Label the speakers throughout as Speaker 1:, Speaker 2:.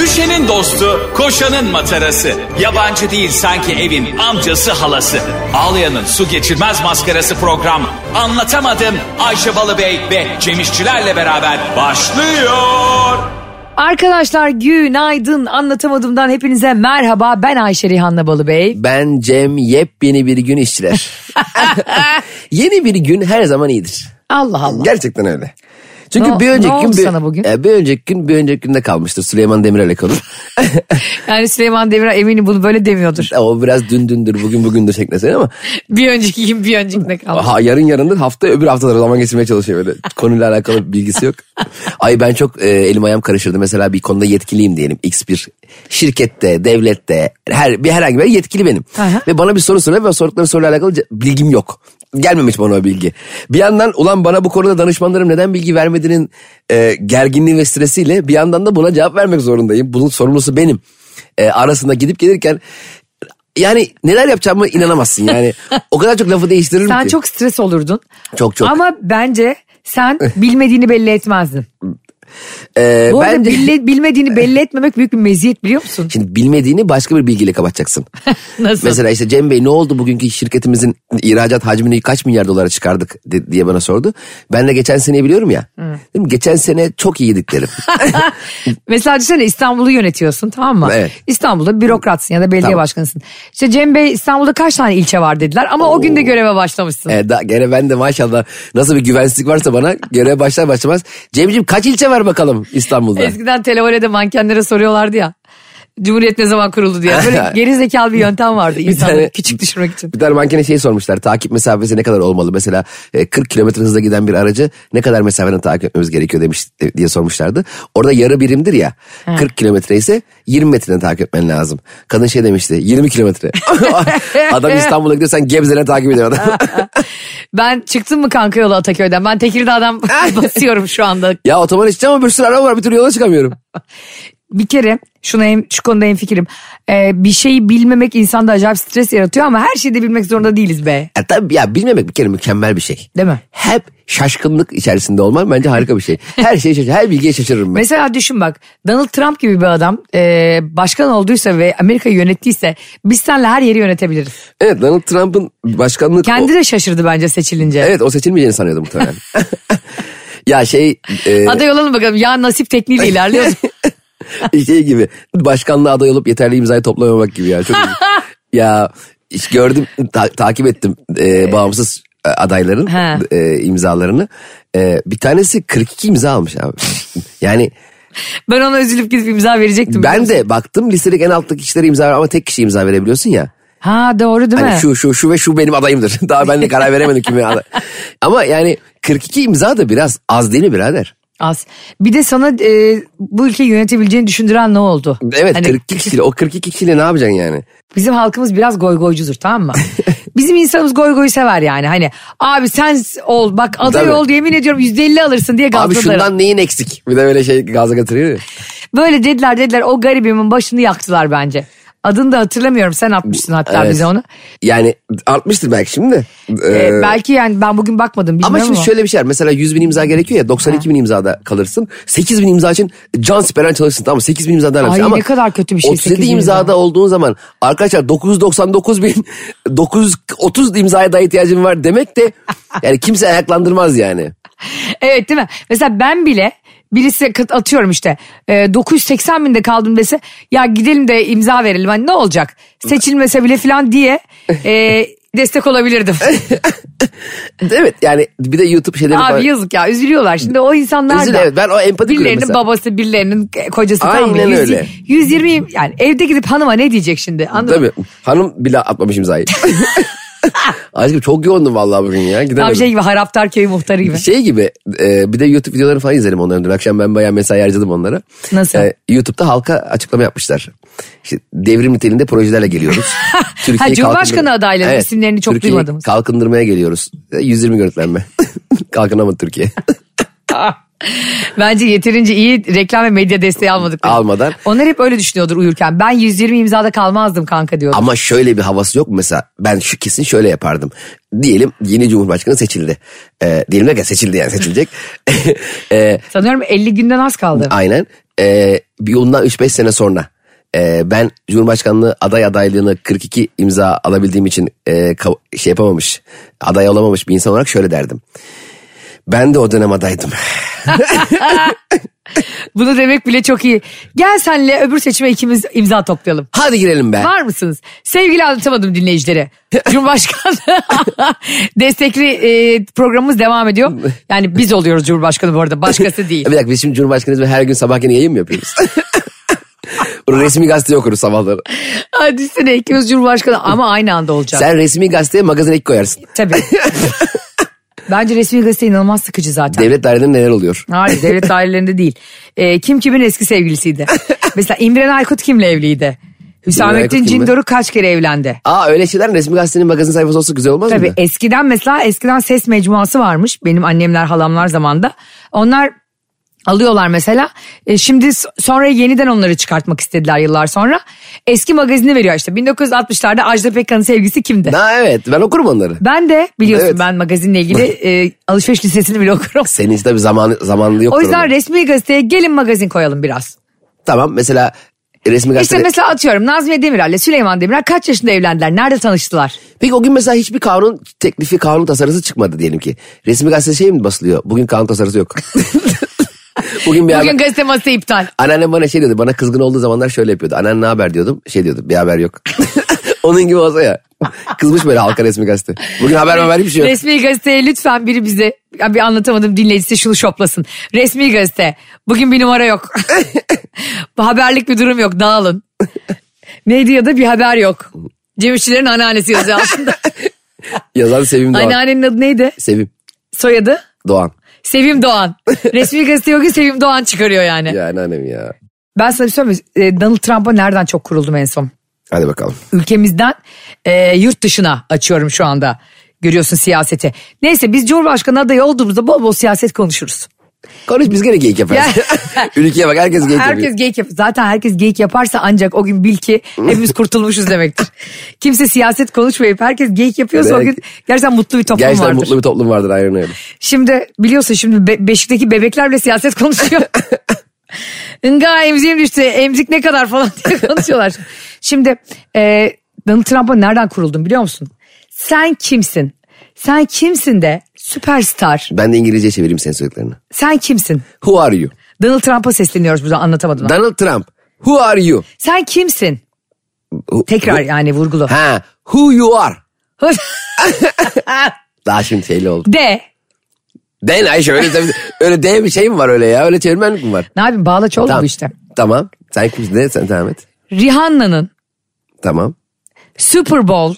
Speaker 1: Ayşe'nin dostu, koşanın matarası. Yabancı değil sanki evin amcası halası. Ağlayan'ın su geçirmez maskarası program. Anlatamadım Ayşe Balıbey ve Cemişçilerle beraber başlıyor.
Speaker 2: Arkadaşlar günaydın anlatamadığımdan hepinize merhaba ben Ayşe Rihanna Balıbey.
Speaker 3: Ben Cem yepyeni bir gün işçiler. Yeni bir gün her zaman iyidir.
Speaker 2: Allah Allah.
Speaker 3: Gerçekten öyle. Çünkü
Speaker 2: Ne-
Speaker 3: bir
Speaker 2: ne
Speaker 3: önceki
Speaker 2: oldu
Speaker 3: gün, bir,
Speaker 2: sana bugün?
Speaker 3: E, bir önceki gün bir önceki günde kalmıştır. Süleyman Demirel'e konu.
Speaker 2: Yani Süleyman Demirel eminim bunu böyle demiyordur.
Speaker 3: o biraz dün dündür bugün bugündür şeklinde söylüyor ama
Speaker 2: Bir önceki gün bir öncekine kaldı.
Speaker 3: ha, yarın yarındır hafta öbür haftalara zaman geçirmeye çalışıyor böyle. Konuyla alakalı bir bilgisi yok. Ay ben çok e, elim ayağım karışırdı. Mesela bir konuda yetkiliyim diyelim X bir şirkette, devlette her bir herhangi bir yetkili benim.
Speaker 2: Aha.
Speaker 3: Ve bana bir soru soruyor ve sordukları soruyla alakalı ce- bilgim yok. Gelmemiş bana o bilgi. Bir yandan ulan bana bu konuda danışmanlarım neden bilgi vermediğinin e, gerginliği ve stresiyle bir yandan da buna cevap vermek zorundayım. Bunun sorumlusu benim. E, arasında gidip gelirken yani neler yapacağımı inanamazsın yani. o kadar çok lafı değiştiririm
Speaker 2: Sen
Speaker 3: ki.
Speaker 2: çok stres olurdun.
Speaker 3: Çok çok.
Speaker 2: Ama bence sen bilmediğini belli etmezdin.
Speaker 3: Ee,
Speaker 2: Bu arada
Speaker 3: bence-
Speaker 2: bille- bilmediğini belli etmemek büyük bir meziyet biliyor musun?
Speaker 3: Şimdi bilmediğini başka bir bilgiyle kapatacaksın.
Speaker 2: Nasıl?
Speaker 3: Mesela işte Cem Bey ne oldu bugünkü şirketimizin ihracat hacmini kaç milyar dolara çıkardık de- diye bana sordu. Ben de geçen seneyi biliyorum ya. Dedim, geçen sene çok iyiydik derim.
Speaker 2: Mesela düşünsene İstanbul'u yönetiyorsun tamam mı?
Speaker 3: Evet.
Speaker 2: İstanbul'da bürokratsın ya da belediye
Speaker 3: Tamam.
Speaker 2: başkanısın. İşte Cem Bey İstanbul'da kaç tane ilçe var dediler ama o gün de göreve başlamışsın.
Speaker 3: Ee, da, gene ben de maşallah nasıl bir güvensizlik varsa bana göreve başlar başlamaz. Cemciğim kaç ilçe var bakalım İstanbul'da?
Speaker 2: Eskiden televolede mankenlere soruyorlardı ya. Cumhuriyet ne zaman kuruldu diye. Böyle gerizekalı bir yöntem vardı insanları
Speaker 3: tane-
Speaker 2: küçük düşürmek için.
Speaker 3: Bir tane mankene şey sormuşlar takip mesafesi ne kadar olmalı mesela e, 40 kilometre hızla giden bir aracı ne kadar mesafeden takip etmemiz gerekiyor demiş e, diye sormuşlardı. Orada yarı birimdir ya 40 kilometre ise 20 metreden takip etmen lazım. Kadın şey demişti 20 kilometre. adam İstanbul'a gidiyor sen Gebze'den takip ediyor adam.
Speaker 2: Ben çıktım mı kanka yolu Ataköy'den? Ben Tekirdağ'dan basıyorum şu anda.
Speaker 3: ya otoban içeceğim ama bir sürü araba var bir türlü yola çıkamıyorum.
Speaker 2: Bir kere şuna hem, şu konuda en fikrim. Ee, bir şeyi bilmemek insanda acayip stres yaratıyor ama her şeyi de bilmek zorunda değiliz be.
Speaker 3: Ya, E, tabii ya bilmemek bir kere mükemmel bir şey.
Speaker 2: Değil mi?
Speaker 3: Hep şaşkınlık içerisinde olman bence harika bir şey. Her şeye şaşır, her bilgiye şaşırırım ben.
Speaker 2: Mesela düşün bak Donald Trump gibi bir adam e, başkan olduysa ve Amerika'yı yönettiyse biz senle her yeri yönetebiliriz.
Speaker 3: Evet Donald Trump'ın başkanlık...
Speaker 2: Kendi de şaşırdı bence seçilince.
Speaker 3: Evet o seçilmeyeceğini sanıyordum muhtemelen. ya şey e,
Speaker 2: Aday olalım bakalım ya nasip tekniğiyle ilerliyoruz.
Speaker 3: şey gibi başkanlığa aday olup yeterli imzayı toplamamak gibi ya. Çok ya iş gördüm ta- takip ettim e, bağımsız e, adayların
Speaker 2: Ha.
Speaker 3: e, imzalarını. E, bir tanesi 42 imza almış abi. yani
Speaker 2: ben ona üzülüp gidip imza verecektim.
Speaker 3: ben de baktım listedeki en alttaki kişilere imza ver ama tek kişi imza verebiliyorsun ya.
Speaker 2: Ha doğru değil mi?
Speaker 3: Hani şu şu şu ve şu benim adayımdır. Daha ben de karar veremedim kime aday. Ama yani 42 imza da biraz az değil mi birader?
Speaker 2: Az. Bir de sana e, bu ülkeyi yönetebileceğini düşündüren ne oldu?
Speaker 3: Evet
Speaker 2: Hani
Speaker 3: 42 kişiyle o 42 kişiyle ne yapacaksın yani?
Speaker 2: Bizim halkımız biraz goygoycudur tamam mı? Bizim insanımız goygoyu sever yani. Hani abi sen ol bak aday
Speaker 3: Tabii.
Speaker 2: ol diye yemin ediyorum %50 alırsın diye
Speaker 3: Abi
Speaker 2: gazladılar.
Speaker 3: şundan neyin eksik? Bir de böyle şey gaza getiriyor ya.
Speaker 2: Böyle dediler dediler o garibimin başını yaktılar bence. Adını da hatırlamıyorum sen atmışsın hatta
Speaker 3: Evet.
Speaker 2: bize onu.
Speaker 3: Yani artmıştır belki şimdi. de.
Speaker 2: Ee,
Speaker 3: Ee,
Speaker 2: belki yani ben bugün bakmadım bilmiyorum
Speaker 3: ama
Speaker 2: ama.
Speaker 3: şimdi şöyle bir şey var. Mesela 100 bin imza gerekiyor ya 92 bin imzada kalırsın. 8 bin imza için can siperen çalışsın tamam mı? 8 bin imza
Speaker 2: Ay,
Speaker 3: derler.
Speaker 2: ne kadar kötü bir şey,
Speaker 3: 37
Speaker 2: 8 bin
Speaker 3: imzada
Speaker 2: imza.
Speaker 3: olduğun zaman arkadaşlar 999 bin 930 imzaya daha ihtiyacın var demek de yani kimse ayaklandırmaz yani.
Speaker 2: Evet değil mi? Mesela ben bile birisi kıt- atıyorum işte e, 980 binde kaldım dese ya gidelim de imza verelim hani ne olacak seçilmese bile falan diye e, destek olabilirdim.
Speaker 3: Evet yani bir şey de YouTube şeyleri falan-
Speaker 2: Abi yazık ya üzülüyorlar şimdi o insanlar
Speaker 3: Üzül-
Speaker 2: da.
Speaker 3: evet, ben o empati kuruyorum
Speaker 2: Birilerinin
Speaker 3: mesela.
Speaker 2: babası birilerinin kocası tamam mı?
Speaker 3: Aynen
Speaker 2: Yüz-
Speaker 3: öyle.
Speaker 2: 120 yani evde gidip hanıma ne diyecek şimdi anladın mı?
Speaker 3: Tabii hanım bile atmamış imzayı. Aşkım çok yoğundum vallahi bugün ya
Speaker 2: Tam
Speaker 3: gidemedim.
Speaker 2: şey gibi haraptar köyü muhtarı gibi.
Speaker 3: Şey gibi e, bir de YouTube videoları falan izledim onların dün akşam ben bayağı mesai harcadım onlara. E,
Speaker 2: Nasıl?
Speaker 3: YouTube'da halka açıklama yapmışlar. İşte devrim niteliğinde projelerle geliyoruz.
Speaker 2: Ha, Cumhurbaşkanı
Speaker 3: kalkındır-
Speaker 2: adayları, isimlerini çok
Speaker 3: Türkiye'yi
Speaker 2: duymadığımız.
Speaker 3: kalkındırmaya geliyoruz. E, 120 görüntülenme. Kalkınamadı Türkiye.
Speaker 2: Bence yeterince iyi reklam ve medya desteği almadık.
Speaker 3: Almadan.
Speaker 2: Onlar hep öyle düşünüyordur uyurken. Ben 120 imzada kalmazdım kanka diyordu.
Speaker 3: Ama şöyle bir havası yok mu mesela ben şu kesin şöyle yapardım. Diyelim yeni Cumhurbaşkanı seçildi. E, diyelim derken seçildi yani seçilecek. E,
Speaker 2: Sanıyorum 50 günden az kaldı.
Speaker 3: Aynen. Ee, bir bundan 3-5 sene sonra e, ben Cumhurbaşkanlığı aday adaylığını 42 imza alabildiğim için e, kav- şey yapamamış, aday olamamış bir insan olarak şöyle derdim. Ben de o dönem adaydım.
Speaker 2: Bunu demek bile çok iyi. Gel senle öbür seçime ikimiz imza toplayalım.
Speaker 3: Hadi girelim be.
Speaker 2: Var mısınız? Sevgili anlatamadım dinleyicilere. Cumhurbaşkanlığı destekli e, programımız devam ediyor. Yani biz oluyoruz Cumhurbaşkanı bu arada başkası değil.
Speaker 3: Bir dakika biz şimdi Cumhurbaşkanıyız ve her gün sabah yine yayın mı yapıyoruz? resmi gazete okuruz sabahları.
Speaker 2: Hadi sene ikimiz Cumhurbaşkanı ama aynı anda olacak.
Speaker 3: Sen resmi gazeteye magazin ek koyarsın.
Speaker 2: Tabii. Bence resmi gazete inanılmaz sıkıcı zaten.
Speaker 3: Devlet dairelerinde neler oluyor?
Speaker 2: Hayır devlet dairelerinde değil. E, kim kimin eski sevgilisiydi? Mesela İmren Aykut kimle evliydi?
Speaker 3: Aykut
Speaker 2: Hüsamettin
Speaker 3: kimle?
Speaker 2: Cindoruk kaç kere evlendi?
Speaker 3: Aa öyle şeyler resmi gazetenin magazin sayfası olsa güzel olmaz
Speaker 2: Tabii
Speaker 3: mıydı?
Speaker 2: eskiden mesela eskiden ses mecmuası varmış benim annemler halamlar zamanda. Onlar alıyorlar mesela. E, şimdi s- sonra yeniden onları çıkartmak istediler yıllar sonra. Eski magazini veriyor işte 1960'larda Ajda Pekkan'ın sevgisi kimdi?
Speaker 3: Ha evet ben okurum onları.
Speaker 2: Ben de biliyorsun
Speaker 3: Evet.
Speaker 2: ben magazinle ilgili e, alışveriş listesini bile okurum.
Speaker 3: Senin işte bir zamanı, zamanlı yoktur.
Speaker 2: O yüzden
Speaker 3: onun.
Speaker 2: resmi gazeteye gelin magazin koyalım biraz.
Speaker 3: Tamam mesela resmi
Speaker 2: İşte
Speaker 3: gazetede.
Speaker 2: mesela atıyorum Nazmiye Demirel'le Süleyman Demirel kaç yaşında evlendiler? Nerede tanıştılar?
Speaker 3: Peki o gün mesela hiçbir kanun teklifi, kanun tasarısı çıkmadı diyelim ki. Resmi gazete şey mi basılıyor? Bugün kanun tasarısı yok. Bugün bir
Speaker 2: Bugün
Speaker 3: haber-
Speaker 2: gazete masası iptal.
Speaker 3: Anneannem bana şey diyordu. Bana kızgın olduğu zamanlar şöyle yapıyordu. Anneanne ne haber diyordum. Şey diyordu bir haber yok. Onun gibi olsa ya. Kızmış böyle halka resmi gazete. Bugün haber haber hiçbir şey yok.
Speaker 2: Resmi gazeteye lütfen biri bize ya bir anlatamadım dinleyicisi şunu şoplasın. Resmi gazete. Bugün bir numara yok. Bu haberlik bir durum yok dağılın. Neydi ya da bir haber yok. Cem İşçilerin anneannesi yazıyor altında.
Speaker 3: Yazan Sevim Doğan.
Speaker 2: Anneannenin adı neydi?
Speaker 3: Sevim
Speaker 2: Soyadı?
Speaker 3: Doğan.
Speaker 2: Sevim Doğan. Resmi gazete yok ki Sevim Doğan çıkarıyor yani.
Speaker 3: Ya anneannem ya.
Speaker 2: Ben sana bir söyleyeyim mi? E, Donald Trump'a nereden çok kuruldum en son?
Speaker 3: Hadi bakalım.
Speaker 2: ülkemizden e, yurt dışına açıyorum şu anda. Görüyorsun siyaseti. Neyse biz Cumhurbaşkanı adayı olduğumuzda bol bol siyaset konuşuruz.
Speaker 3: Konuş biz gene geyik yaparız.
Speaker 2: Ya.
Speaker 3: Ülkeye bak herkes geyik
Speaker 2: Herkes
Speaker 3: yapıyor.
Speaker 2: geyik yap. Zaten herkes geyik yaparsa ancak o gün bil ki hepimiz kurtulmuşuz demektir. Kimse siyaset konuşmayıp herkes geyik yapıyorsa o
Speaker 3: Evet.
Speaker 2: gün gerçekten mutlu bir toplum
Speaker 3: Gerçekten
Speaker 2: vardır.
Speaker 3: mutlu bir toplum vardır aynen öyle.
Speaker 2: Şimdi biliyorsun şimdi be- Beşik'teki bebekler bile siyaset konuşuyor. Inga emziğim düştü emzik ne kadar falan diye konuşuyorlar. Şimdi e, Donald Trump'a nereden kuruldun biliyor musun? Sen kimsin? Sen kimsin de süperstar.
Speaker 3: Ben de İngilizce çevireyim senin söylediklerini.
Speaker 2: Sen kimsin?
Speaker 3: Who are you?
Speaker 2: Donald Trump'a sesleniyoruz burada anlatamadım. ben.
Speaker 3: Donald Trump. Who are you?
Speaker 2: Sen kimsin?
Speaker 3: Who-
Speaker 2: Tekrar yani vurgulu.
Speaker 3: Ha, who you are? Daha şimdi şeyli oldu.
Speaker 2: de.
Speaker 3: Den Ayşe öyle, öyle de bir şey mi var öyle ya? Öyle çevirmenlik mi var?
Speaker 2: Ne yapayım bağlaç oldu bu işte.
Speaker 3: Tamam. Sen kimsin? Ne? Sen devam et.
Speaker 2: Rihanna'nın
Speaker 3: Tamam.
Speaker 2: Super Bowl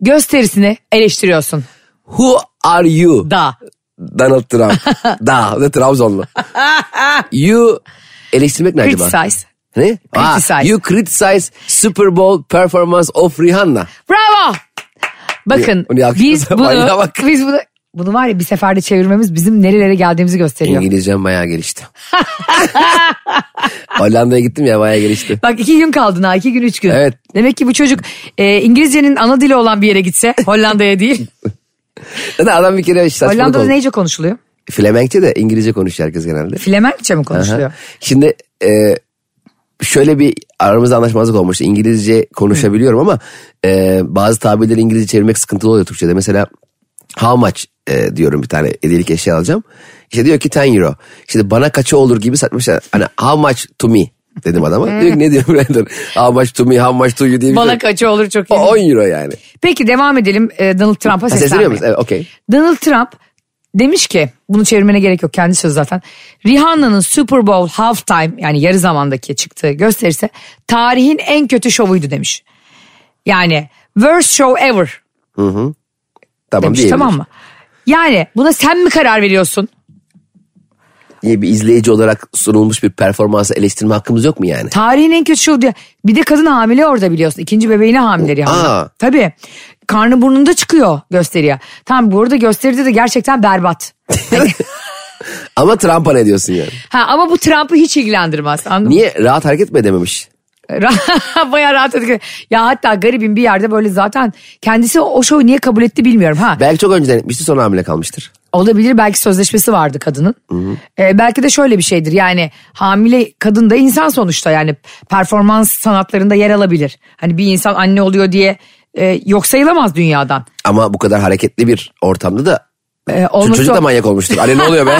Speaker 2: gösterisini eleştiriyorsun.
Speaker 3: Who are you?
Speaker 2: Da.
Speaker 3: Donald Trump. da. Da Trabzonlu. you eleştirmek ne acaba?
Speaker 2: Criticize.
Speaker 3: Ne? Aa,
Speaker 2: Criticize.
Speaker 3: you criticize Super Bowl performance of Rihanna.
Speaker 2: Bravo. Bakın
Speaker 3: Bunu yakışıklı
Speaker 2: biz
Speaker 3: manyağa
Speaker 2: bunu,
Speaker 3: bak.
Speaker 2: biz bunu bunu var ya bir seferde çevirmemiz bizim nerelere geldiğimizi gösteriyor.
Speaker 3: İngilizcem bayağı gelişti. Hollanda'ya gittim ya bayağı gelişti.
Speaker 2: Bak iki gün kaldın ha iki gün üç gün.
Speaker 3: Evet.
Speaker 2: Demek ki bu çocuk e, İngilizcenin ana dili olan bir yere gitse Hollanda'ya değil.
Speaker 3: Zaten adam bir kere işte saçmalık
Speaker 2: Hollanda'da
Speaker 3: oldu.
Speaker 2: neyce konuşuluyor?
Speaker 3: Flemenkçe de İngilizce konuşuyor herkes genelde.
Speaker 2: Flemenkçe mi konuşuluyor?
Speaker 3: Aha. Şimdi e, şöyle bir aramızda anlaşmazlık olmuştu. İngilizce konuşabiliyorum ama e, bazı tabirleri İngilizce çevirmek sıkıntılı oluyor Türkçe'de. Mesela how much e, diyorum bir tane hediyelik eşya alacağım. İşte diyor ki 10 euro. Şimdi bana kaça olur gibi satmışlar. Hani how much to me dedim adama. diyor ki ne diyorum birader? How much to me, how much to you diye bir
Speaker 2: Hmm. Bana
Speaker 3: şey.
Speaker 2: kaçı olur çok iyi.
Speaker 3: O 10 euro yani.
Speaker 2: Peki devam edelim e, Donald Trump'a
Speaker 3: Sesleniyor
Speaker 2: seslenmeye.
Speaker 3: musun? Evet, okey.
Speaker 2: Donald Trump demiş ki bunu çevirmene gerek yok kendi sözü zaten. Rihanna'nın Super Bowl halftime yani yarı zamandaki çıktığı gösterisi tarihin en kötü şovuydu demiş. Yani worst show ever
Speaker 3: Tamam
Speaker 2: demiş
Speaker 3: diyebilirim.
Speaker 2: tamam mı? Yani buna sen mi karar veriyorsun?
Speaker 3: Niye bir izleyici olarak sunulmuş bir performansı eleştirme hakkımız yok mu yani?
Speaker 2: Tarihin en kötü şovu diye. Bir de kadın hamile orada biliyorsun. İkinci bebeğine hamile Rihanna.
Speaker 3: Aa.
Speaker 2: Tabii. Karnı burnunda çıkıyor gösteriye. Tamam bu arada gösteride de gerçekten berbat.
Speaker 3: Ama Trump'a ne diyorsun yani?
Speaker 2: Ha, ama bu Trump'ı hiç ilgilendirmez. Anladın mı?
Speaker 3: Niye rahat hareket mi edememiş?
Speaker 2: Ra- Bayağı rahat edik. Ya hatta garibim bir yerde böyle zaten kendisi o şovu niye kabul etti bilmiyorum ha.
Speaker 3: Belki çok önceden etmişti sonra hamile kalmıştır.
Speaker 2: Olabilir belki sözleşmesi vardı kadının. Ee, belki de şöyle bir şeydir yani hamile kadın da insan sonuçta yani performans sanatlarında yer alabilir. Hani bir insan anne oluyor diye e, yok sayılamaz dünyadan.
Speaker 3: Ama bu kadar hareketli bir ortamda da
Speaker 2: Ee, olması-
Speaker 3: çocuk da manyak olmuştur. Anne ne oluyor be?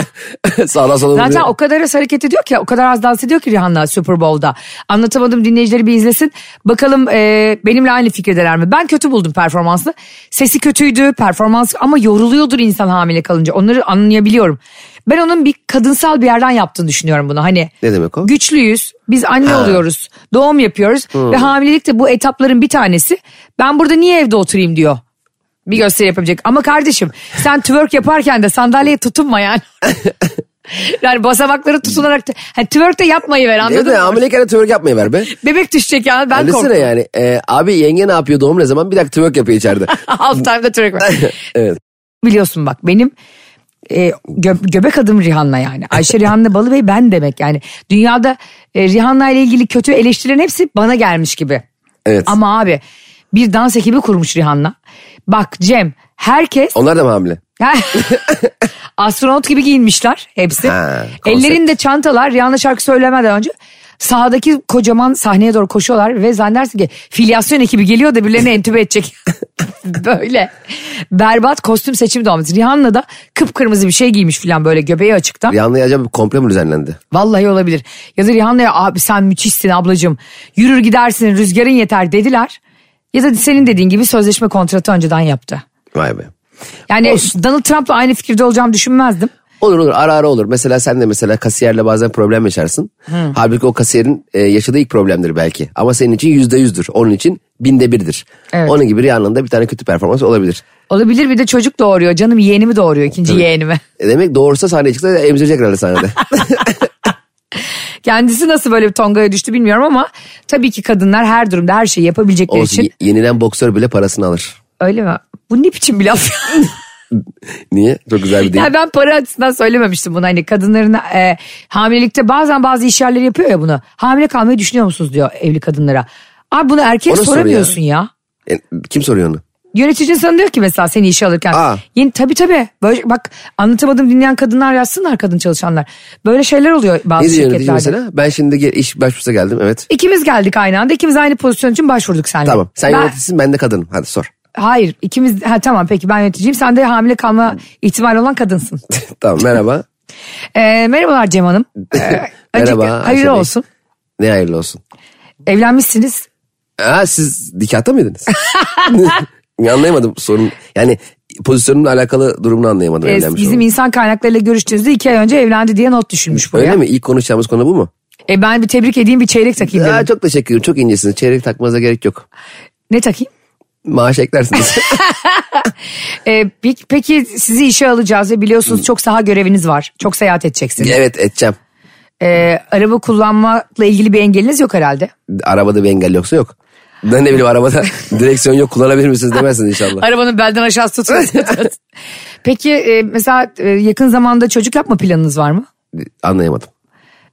Speaker 3: Sağdan sola
Speaker 2: Zaten
Speaker 3: vuruyor.
Speaker 2: o kadar az hareket ediyor ki o kadar az dans ediyor ki Rihanna Super Bowl'da. Anlatamadım dinleyicileri bir izlesin. Bakalım e, benimle aynı fikirdeler mi? Ben kötü buldum performansı. Sesi kötüydü performans ama yoruluyordur insan hamile kalınca. Onları anlayabiliyorum. Ben onun bir kadınsal bir yerden yaptığını düşünüyorum bunu. Hani
Speaker 3: Ne demek o?
Speaker 2: Güçlüyüz. Biz anne oluyoruz. Doğum yapıyoruz ve hamilelik de bu etapların bir tanesi. Ben burada niye evde oturayım diyor. Bir gösteri yapabilecek. Ama kardeşim sen twerk yaparken de sandalyeye tutunma yani. Yani basamakları tutunarak da, hani twerk de yapmayı ver
Speaker 3: Evet
Speaker 2: anladın mı?
Speaker 3: hamileyken de twerk yapmayı ver be.
Speaker 2: Bebek düşecek ya ben korktum.
Speaker 3: Annesine yani. e, abi yenge ne yapıyor doğum ne zaman? Bir dakika twerk yapıyor içeride.
Speaker 2: Half time'da twerk var.
Speaker 3: evet.
Speaker 2: Biliyorsun bak benim e, gö- göbek adım Rihanna yani. Ayşe Rihanna Balıbey ben demek yani. Dünyada e, Rihanna ile ilgili kötü eleştirilen hepsi bana gelmiş gibi.
Speaker 3: Evet.
Speaker 2: Ama abi bir dans ekibi kurmuş Rihanna. Bak Cem herkes
Speaker 3: Onlar da mı hamile?
Speaker 2: Astronot gibi giyinmişler hepsi.
Speaker 3: Ha, konsept.
Speaker 2: Ellerinde çantalar Rihanna şarkı söylemeden önce sahadaki kocaman sahneye doğru koşuyorlar ve zannedersin ki filyasyon ekibi geliyor da birilerini entübe edecek. böyle berbat kostüm seçimi de olmuş. Rihanna da kıpkırmızı bir şey giymiş filan böyle göbeği açıkta.
Speaker 3: Rihanna'ya acaba bir komple mi düzenlendi?
Speaker 2: Vallahi olabilir. Ya da Rihanna'ya abi sen müthişsin ablacığım. Yürür gidersin rüzgarın yeter dediler. Ya da senin dediğin gibi sözleşme kontratı önceden yaptı.
Speaker 3: Vay be.
Speaker 2: Yani Donald Trump'la aynı fikirde olacağımı düşünmezdim.
Speaker 3: Olur olur ara ara olur. Mesela sen de mesela kasiyerle bazen problem yaşarsın.
Speaker 2: Hmm.
Speaker 3: Halbuki o kasiyerin e, yaşadığı ilk problemdir belki. Ama senin için yüzde yüzdür. Onun için binde birdir.
Speaker 2: Evet.
Speaker 3: Onun gibi Rihanna'nın da bir tane kötü performans olabilir.
Speaker 2: Olabilir bir de çocuk doğuruyor. Canım yeğenimi doğuruyor ikinci yeğenimi.
Speaker 3: E demek doğursa sahneye çıksa emzirecek herhalde sahnede.
Speaker 2: Kendisi nasıl böyle bir tongaya düştü bilmiyorum ama tabii ki kadınlar her durumda her şeyi yapabilecekleri
Speaker 3: Olsun
Speaker 2: için.
Speaker 3: ye- yenilen boksör bile parasını alır.
Speaker 2: Öyle mi? Bu ne biçim bir laf?
Speaker 3: Niye? Çok güzel bir deyim.
Speaker 2: ya ben para açısından söylememiştim bunu. Hani kadınların e, hamilelikte bazen bazı iş yerleri yapıyor ya bunu. Hamile kalmayı düşünüyor musunuz diyor evli kadınlara. Abi bunu erkek
Speaker 3: Ona sor
Speaker 2: soramıyorsun ya.
Speaker 3: E, Kim soruyor onu?
Speaker 2: Yöneticin sana diyor ki mesela seni işe alırken.
Speaker 3: Aa.
Speaker 2: Yeni, tabii tabii. Böyle, bak anlatamadım dinleyen kadınlar yazsınlar kadın çalışanlar. Böyle şeyler oluyor bazı
Speaker 3: Ne diyor yönetici
Speaker 2: şirketlerde.
Speaker 3: mesela? Ben şimdi ge- iş başvurusa geldim evet.
Speaker 2: İkimiz geldik aynı anda. İkimiz aynı pozisyon için başvurduk seninle.
Speaker 3: Tamam sen
Speaker 2: Ben-
Speaker 3: yöneticisin ben de kadınım hadi sor.
Speaker 2: Hayır ikimiz ha, tamam peki ben yöneticiyim. Sen de hamile kalma ihtimali olan kadınsın.
Speaker 3: tamam merhaba.
Speaker 2: Ee, merhabalar Cem Hanım. Ee, öncelikle
Speaker 3: Merhaba, Ayşe
Speaker 2: hayırlı
Speaker 3: Bey.
Speaker 2: olsun.
Speaker 3: Ne hayırlı olsun.
Speaker 2: Evlenmişsiniz.
Speaker 3: Aa, siz nikahta mıydınız? anlayamadım sorun. Yani pozisyonumla alakalı durumunu anlayamadım.
Speaker 2: Ee,
Speaker 3: evlenmiş
Speaker 2: bizim
Speaker 3: olmam.
Speaker 2: insan kaynaklarıyla görüştüğünüzde iki ay önce evlendi diye not düşünmüş buraya.
Speaker 3: Öyle mi? İlk konuşacağımız konu bu mu?
Speaker 2: E, ben bir tebrik edeyim bir çeyrek takayım
Speaker 3: Aa,
Speaker 2: dedim.
Speaker 3: çok teşekkür ederim. Çok incesiniz. Çeyrek takmanıza gerek yok.
Speaker 2: Ne takayım?
Speaker 3: Maaş eklersiniz.
Speaker 2: Ee, peki, peki sizi işe alacağız ve biliyorsunuz çok saha göreviniz var. Çok seyahat edeceksiniz.
Speaker 3: evet edeceğim.
Speaker 2: Ee, araba kullanmakla ilgili bir engeliniz yok herhalde.
Speaker 3: Arabada bir engel yoksa yok. Ben ne bileyim arabada direksiyon yok kullanabilir misiniz demezsiniz inşallah.
Speaker 2: Arabanın belden aşağısı tutuyor. Peki e, mesela e, yakın zamanda çocuk yapma planınız var mı?
Speaker 3: Anlayamadım.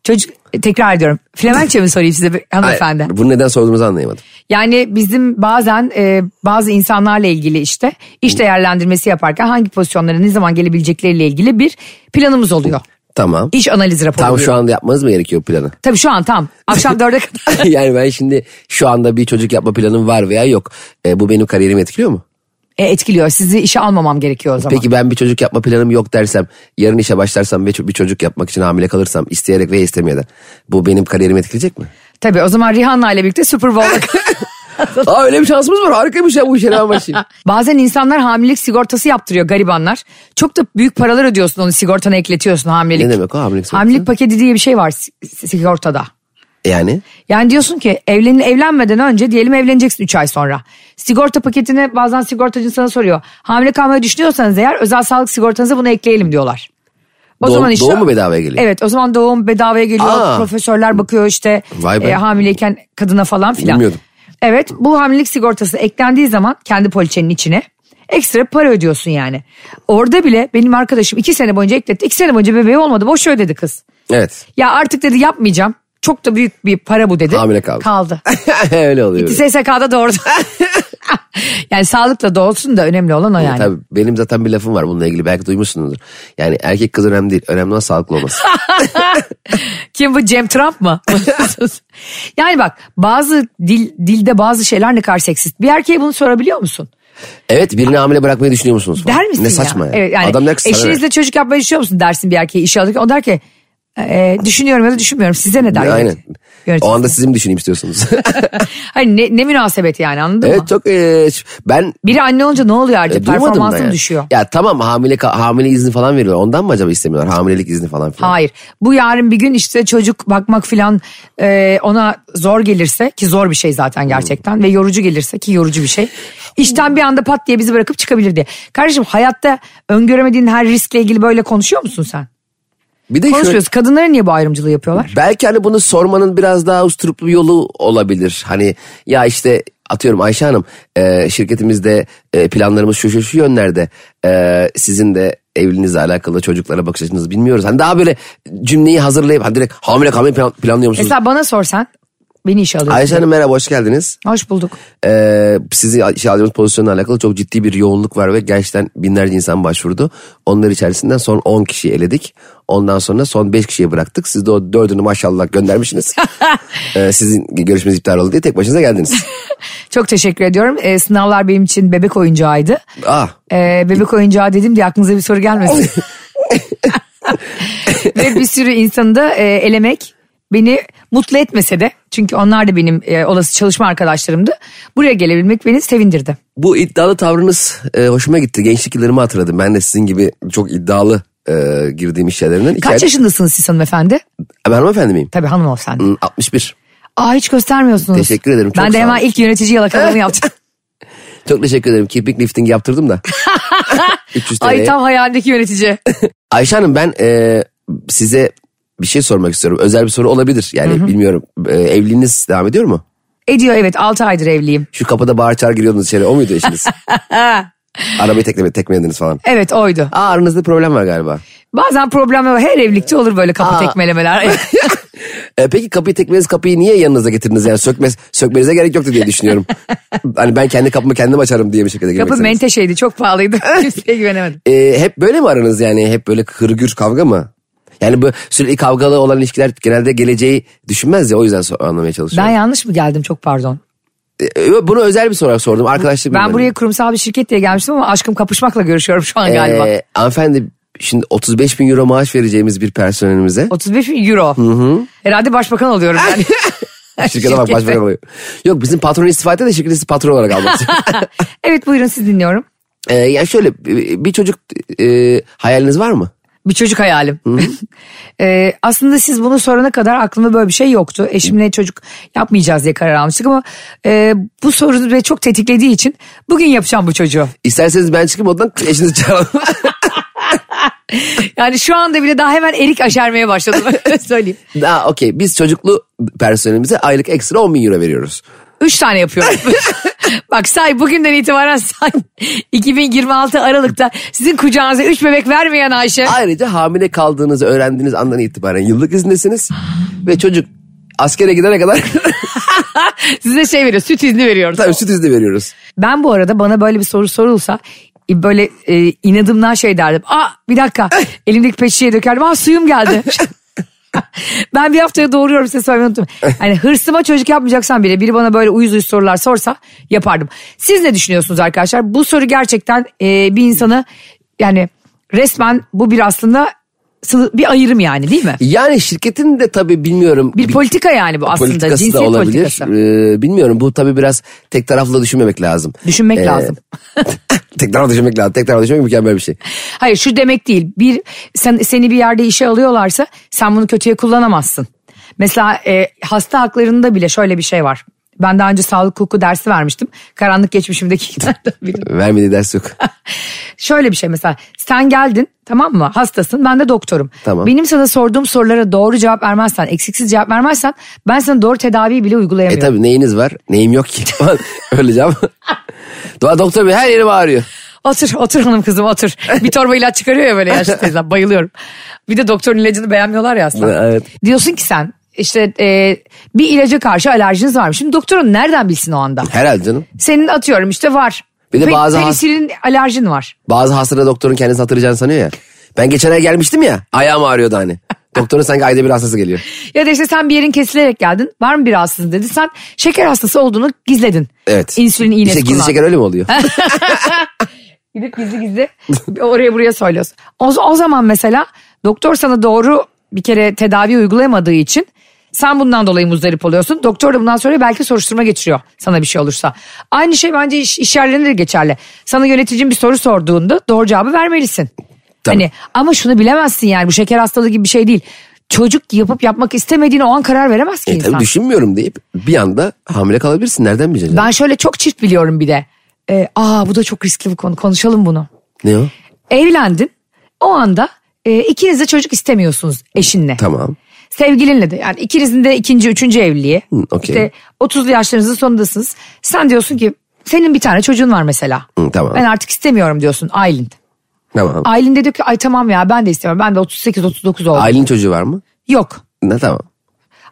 Speaker 2: Çocuk e, tekrar ediyorum. Flemenkçe mi sorayım size bir-
Speaker 3: Hayır,
Speaker 2: hanımefendi?
Speaker 3: Bunu neden sorduğunuzu anlayamadım.
Speaker 2: Yani bizim bazen e, bazı insanlarla ilgili işte iş değerlendirmesi yaparken hangi pozisyonlara ne zaman gelebilecekleriyle ilgili bir planımız oluyor.
Speaker 3: Tamam.
Speaker 2: İş analiz raporu.
Speaker 3: Tam
Speaker 2: oluyor.
Speaker 3: şu anda yapmanız mı gerekiyor planı?
Speaker 2: Tabii şu an tam. Akşam dörde kadar.
Speaker 3: yani ben şimdi şu anda bir çocuk yapma planım var veya yok. E, bu benim kariyerimi etkiliyor mu?
Speaker 2: E, etkiliyor. Sizi işe almamam gerekiyor o zaman.
Speaker 3: Peki ben bir çocuk yapma planım yok dersem, yarın işe başlarsam ve ço- bir çocuk yapmak için hamile kalırsam isteyerek veya istemeyerek bu benim kariyerimi etkileyecek mi?
Speaker 2: Tabii o zaman Rihanna ile birlikte Super Bowl'a
Speaker 3: Aa öyle bir şansımız var harikaymış ya bu işe rağmen şimdi.
Speaker 2: Bazen insanlar hamilelik sigortası yaptırıyor garibanlar. Çok da büyük paralar ödüyorsun onu sigortana ekletiyorsun hamilelik.
Speaker 3: Ne demek o hamilelik sigortası?
Speaker 2: Hamilelik paketi diye bir şey var si- si- sigortada.
Speaker 3: Yani
Speaker 2: Yani diyorsun ki evlen evlenmeden önce diyelim evleneceksin 3 ay sonra. Sigorta paketine bazen sigortacın sana soruyor. Hamile kalmayı düşünüyorsanız eğer özel sağlık sigortanıza bunu ekleyelim diyorlar. O
Speaker 3: Doğum- doğum mu bedavaya geliyor?
Speaker 2: Evet o zaman doğum bedavaya geliyor.
Speaker 3: Aa.
Speaker 2: Profesörler bakıyor işte
Speaker 3: Vay be.
Speaker 2: e, hamileyken kadına falan filan.
Speaker 3: Bilmiyordum.
Speaker 2: Evet bu hamilelik sigortası eklendiği zaman kendi poliçenin içine ekstra para ödüyorsun yani. Orada bile benim arkadaşım iki sene boyunca ekletti. İki sene boyunca bebeği olmadı boş ödedi kız.
Speaker 3: evet
Speaker 2: Ya artık dedi yapmayacağım. Çok da büyük bir para bu dedi.
Speaker 3: Hamile kaldı.
Speaker 2: Kaldı.
Speaker 3: Öyle oluyor.
Speaker 2: SSK'da doğurdu. yani sağlıkla doğsun da önemli olan o yani.
Speaker 3: Tabii benim zaten bir lafım var bununla ilgili belki duymuşsunuzdur. Yani erkek kız önemli değil. Önemli olan sağlıklı olması.
Speaker 2: Kim bu Cem Trump mı? yani bak bazı dil, dilde bazı şeyler ne kadar seksist. Bir erkeğe bunu sorabiliyor musun?
Speaker 3: evet birini hamile bırakmayı düşünüyor musunuz? falan?
Speaker 2: Der misin
Speaker 3: Ne
Speaker 2: ya?
Speaker 3: saçma ya.
Speaker 2: Evet, yani
Speaker 3: Adam der ki sana ne?
Speaker 2: eşinizle çocuk yapmayı düşünüyor musun dersin bir erkeğe işe alırken. O der ki "E, düşünüyorum ya da düşünmüyorum. Size ne der?
Speaker 3: Aynen.
Speaker 2: yönetici- yöneticisi?
Speaker 3: O anda sizin mi düşüneyim istiyorsunuz?
Speaker 2: Hani ne, ne münasebet yani anladın mı?
Speaker 3: evet çok e, ş- ben
Speaker 2: Biri anne olunca ne oluyor artık?
Speaker 3: e, duymadım da
Speaker 2: Performansın
Speaker 3: yani.
Speaker 2: düşüyor.
Speaker 3: Ya tamam hamile ka- hamile izni falan veriyorlar. Ondan mı acaba istemiyorlar? Hamilelik izni falan filan.
Speaker 2: Hayır. Bu yarın bir gün işte çocuk bakmak filan e, ona zor gelirse ki zor bir şey zaten gerçekten ve yorucu gelirse ki yorucu bir şey. İşten bir anda pat diye bizi bırakıp çıkabilir diye. Kardeşim hayatta öngöremediğin her riskle ilgili böyle konuşuyor musun sen?
Speaker 3: Bir de şöyle,
Speaker 2: Konuşuyoruz. Kadınlara niye bu ayrımcılığı yapıyorlar?
Speaker 3: belki hani bunu sormanın biraz daha usturuplu bir yolu olabilir. Hani ya işte atıyorum Ayşe Hanım e, şirketimizde e, planlarımız şu şu şu yönlerde. E, sizin de evliliğinizle alakalı çocuklara bakış açınızı bilmiyoruz. Hani daha böyle cümleyi hazırlayıp hani direkt hamile kalmayı plan- planlıyor musunuz?
Speaker 2: Mesela bana sorsan beni işe alıyorsun.
Speaker 3: Ayşe Hanım merhaba hoş geldiniz.
Speaker 2: Hoş bulduk.
Speaker 3: Ee, sizi işe alacağımız pozisyonla alakalı çok ciddi bir yoğunluk var ve gerçekten binlerce insan başvurdu. Onlar içerisinden son 10 kişiyi eledik. Ondan sonra son 5 kişiye bıraktık. Siz de o dördünü maşallah göndermişsiniz. Ee, sizin görüşmeniz iptal oldu diye tek başınıza geldiniz.
Speaker 2: Çok teşekkür ediyorum. E, sınavlar benim için bebek oyuncağıydı.
Speaker 3: Ah
Speaker 2: Ee, bebek oyuncağı dedim diye aklınıza bir soru gelmesin. Ve bir sürü insanı da e, elemek beni mutlu etmese de çünkü onlar da benim e, olası çalışma arkadaşlarımdı. Buraya gelebilmek beni sevindirdi.
Speaker 3: bu iddialı tavrınız e, hoşuma gitti. Gençlik yıllarımı hatırladım. Ben de sizin gibi çok iddialı e, girdiğim iş yerlerinden.
Speaker 2: Kaç yaşındasınız siz hanımefendi?
Speaker 3: Ben hanımefendi miyim?
Speaker 2: Tabii hanımefendi.
Speaker 3: Hmm, 61.
Speaker 2: Aa hiç göstermiyorsunuz.
Speaker 3: Teşekkür ederim, çok
Speaker 2: ben de
Speaker 3: sağ
Speaker 2: hemen
Speaker 3: olun.
Speaker 2: ilk yönetici yalakalığını yaptım.
Speaker 3: Çok teşekkür ederim. Kirpik lifting yaptırdım da. 300 TL'ye.
Speaker 2: Ay tam hayalimdeki yönetici.
Speaker 3: Ayşe Hanım ben e, size bir şey sormak istiyorum. Özel bir soru olabilir. Yani bilmiyorum. E, evliliğiniz devam ediyor mu?
Speaker 2: Ediyor evet 6 aydır evliyim.
Speaker 3: Şu kapıda bağır çağır giriyordunuz içeri. O muydu eşiniz? Arabayı tekleme, tekmelediniz falan.
Speaker 2: Evet oydu.
Speaker 3: Aa aranızda problem var galiba.
Speaker 2: Bazen problem var. Her evlilikte olur böyle kapı
Speaker 3: Aa.
Speaker 2: tekmelemeler.
Speaker 3: E, peki kapıyı tekmelediniz kapıyı niye yanınıza getirdiniz? Yani sökmez, sökmenize gerek yoktu diye düşünüyorum. hani ben kendi kapımı kendim açarım diye bir şekilde girmek
Speaker 2: Kapı
Speaker 3: istediniz.
Speaker 2: menteşeydi çok pahalıydı. Kimseye güvenemedim.
Speaker 3: E, hep böyle mi aranız yani? Hep böyle hırgür kavga mı? Yani bu sürekli kavgalı olan ilişkiler genelde geleceği düşünmez ya o yüzden so- anlamaya
Speaker 2: Ben
Speaker 3: çalışıyorum.
Speaker 2: yanlış mı geldim çok pardon.
Speaker 3: E, Bunu özel bir soru sordum. Arkadaşlık
Speaker 2: Ben
Speaker 3: bilmem.
Speaker 2: buraya kurumsal bir şirket diye gelmiştim ama aşkım kapışmakla görüşüyorum şu an
Speaker 3: Ee,
Speaker 2: galiba.
Speaker 3: hanımefendi şimdi 35 bin euro maaş vereceğimiz bir personelimize.
Speaker 2: 35 bin euro. Herhalde başbakan oluyorum yani.
Speaker 3: Şirkete bak başbakan oluyor. Yok bizim patron istifa etti de şirketi patron olarak almak istiyor.
Speaker 2: evet buyurun siz dinliyorum.
Speaker 3: Ee, yani şöyle bir çocuk e, hayaliniz var mı?
Speaker 2: Bir çocuk hayalim. Ee, aslında siz bunu sorana kadar aklımda böyle bir şey yoktu. Eşimle çocuk yapmayacağız diye karar almıştık ama e, bu soru beni çok tetiklediği için bugün yapacağım bu çocuğu.
Speaker 3: İsterseniz ben çıkayım odadan eşinizi çağıralım.
Speaker 2: Yani şu anda bile daha hemen erik aşermeye başladım öyle söyleyeyim.
Speaker 3: Daha okey biz çocuklu personelimize aylık ekstra 10 bin euro veriyoruz.
Speaker 2: Üç tane yapıyorum. Bak say bugünden itibaren say 2026 Aralık'ta sizin kucağınıza üç bebek vermeyen Ayşe.
Speaker 3: Ayrıca hamile kaldığınızı öğrendiğiniz andan itibaren yıllık izindesiniz. ve çocuk askere gidene kadar
Speaker 2: Size şey veriyor süt izni veriyoruz.
Speaker 3: tabii süt izni veriyoruz.
Speaker 2: Ben bu arada bana böyle bir soru sorulsa e, böyle e, inadımdan şey derdim. Aa bir dakika elimdeki peçeteye dökerdim. Aa suyum geldi. ben bir haftaya doğuruyorum size söylemeyi unuttum. Hani hırsıma çocuk yapmayacaksan bile biri bana böyle uyuz uyuz sorular sorsa yapardım. Siz ne düşünüyorsunuz arkadaşlar? Bu soru gerçekten e, bir insanı yani resmen bu bir aslında sınır- bir ayrım yani değil mi?
Speaker 3: Yani şirketin de tabii bilmiyorum.
Speaker 2: Bir politika yani bu aslında.
Speaker 3: politikası da
Speaker 2: cinsiyet
Speaker 3: olabilir.
Speaker 2: politikası.
Speaker 3: Ee, bilmiyorum bu tabii biraz tek taraflı düşünmemek lazım.
Speaker 2: Düşünmek
Speaker 3: Ee,
Speaker 2: lazım.
Speaker 3: tek taraflı düşünmek lazım. Tek taraflı düşünmek mükemmel bir şey.
Speaker 2: Hayır şu demek değil. Bir sen seni bir yerde işe alıyorlarsa sen bunu kötüye kullanamazsın. Mesela e, hasta haklarında bile şöyle bir şey var. Ben daha önce sağlık hukuku dersi vermiştim. Karanlık geçmişimdeki kitaptan biri.
Speaker 3: Vermediği ders yok.
Speaker 2: Şöyle bir şey mesela sen geldin tamam mı hastasın ben de doktorum.
Speaker 3: Tamam.
Speaker 2: Benim sana sorduğum sorulara doğru cevap vermezsen eksiksiz cevap vermezsen ben sana doğru tedaviyi bile
Speaker 3: e
Speaker 2: uygulayamıyorum.
Speaker 3: tabii neyiniz var? Neyim yok ki? Öyle cevap. Doğa doktor bey her yerim ağrıyor.
Speaker 2: Otur otur hanım kızım otur. Bir torba ilaç çıkarıyor ya böyle yaşlı teyzem bayılıyorum. Bir de doktorun ilacını beğenmiyorlar ya aslında.
Speaker 3: Evet.
Speaker 2: Diyorsun ki sen işte e, bir ilaca karşı alerjiniz varmış. Şimdi doktorun nereden bilsin o anda?
Speaker 3: Herhalde canım.
Speaker 2: Senin atıyorum işte var.
Speaker 3: Bir de bazı has-
Speaker 2: Penisilin alerjin var.
Speaker 3: Bazı hastalara doktorun kendisini hatırlayacağını sanıyor ya. Ben geçen ay gelmiştim ya ayağım ağrıyordu hani. Doktorun sanki ayda bir hastası geliyor.
Speaker 2: Ya da işte sen bir yerin kesilerek geldin. Var mı bir rahatsızlığın dedi. Sen şeker hastası olduğunu gizledin.
Speaker 3: Evet.
Speaker 2: İnsülin iğnesi
Speaker 3: İşte gizli
Speaker 2: kullan.
Speaker 3: şeker öyle mi oluyor?
Speaker 2: Gidip gizli gizli oraya buraya söylüyorsun. O, o zaman mesela doktor sana doğru bir kere tedavi uygulayamadığı için sen bundan dolayı muzdarip oluyorsun. Doktor da bundan sonra belki soruşturma geçiriyor sana bir şey olursa. Aynı şey bence iş, iş yerlerinde de geçerli. Sana yöneticin bir soru sorduğunda doğru cevabı vermelisin.
Speaker 3: Tabii.
Speaker 2: Hani ama şunu bilemezsin yani bu şeker hastalığı gibi bir şey değil. Çocuk yapıp yapmak istemediğini o an karar veremez ki
Speaker 3: E,
Speaker 2: insan.
Speaker 3: tabii düşünmüyorum deyip bir anda hamile kalabilirsin. Nereden bileceksin?
Speaker 2: Ben şöyle çok çift biliyorum bir de. Ee, aa bu da çok riskli bir konu konuşalım bunu.
Speaker 3: Ne o?
Speaker 2: Evlendin. O anda e, ikiniz de çocuk istemiyorsunuz eşinle.
Speaker 3: Tamam.
Speaker 2: Sevgilinle de yani ikinizin de ikinci üçüncü evliliği.
Speaker 3: okey.
Speaker 2: İşte 30'lu yaşlarınızın sonundasınız. Sen diyorsun ki senin bir tane çocuğun var mesela.
Speaker 3: Hı, tamam.
Speaker 2: Ben artık istemiyorum diyorsun Aylin.
Speaker 3: Tamam.
Speaker 2: Aylin de diyor ki ay tamam ya ben de istemiyorum. Ben de 38-39 oldum.
Speaker 3: Ailenin çocuğu var mı?
Speaker 2: Yok.
Speaker 3: Ne tamam.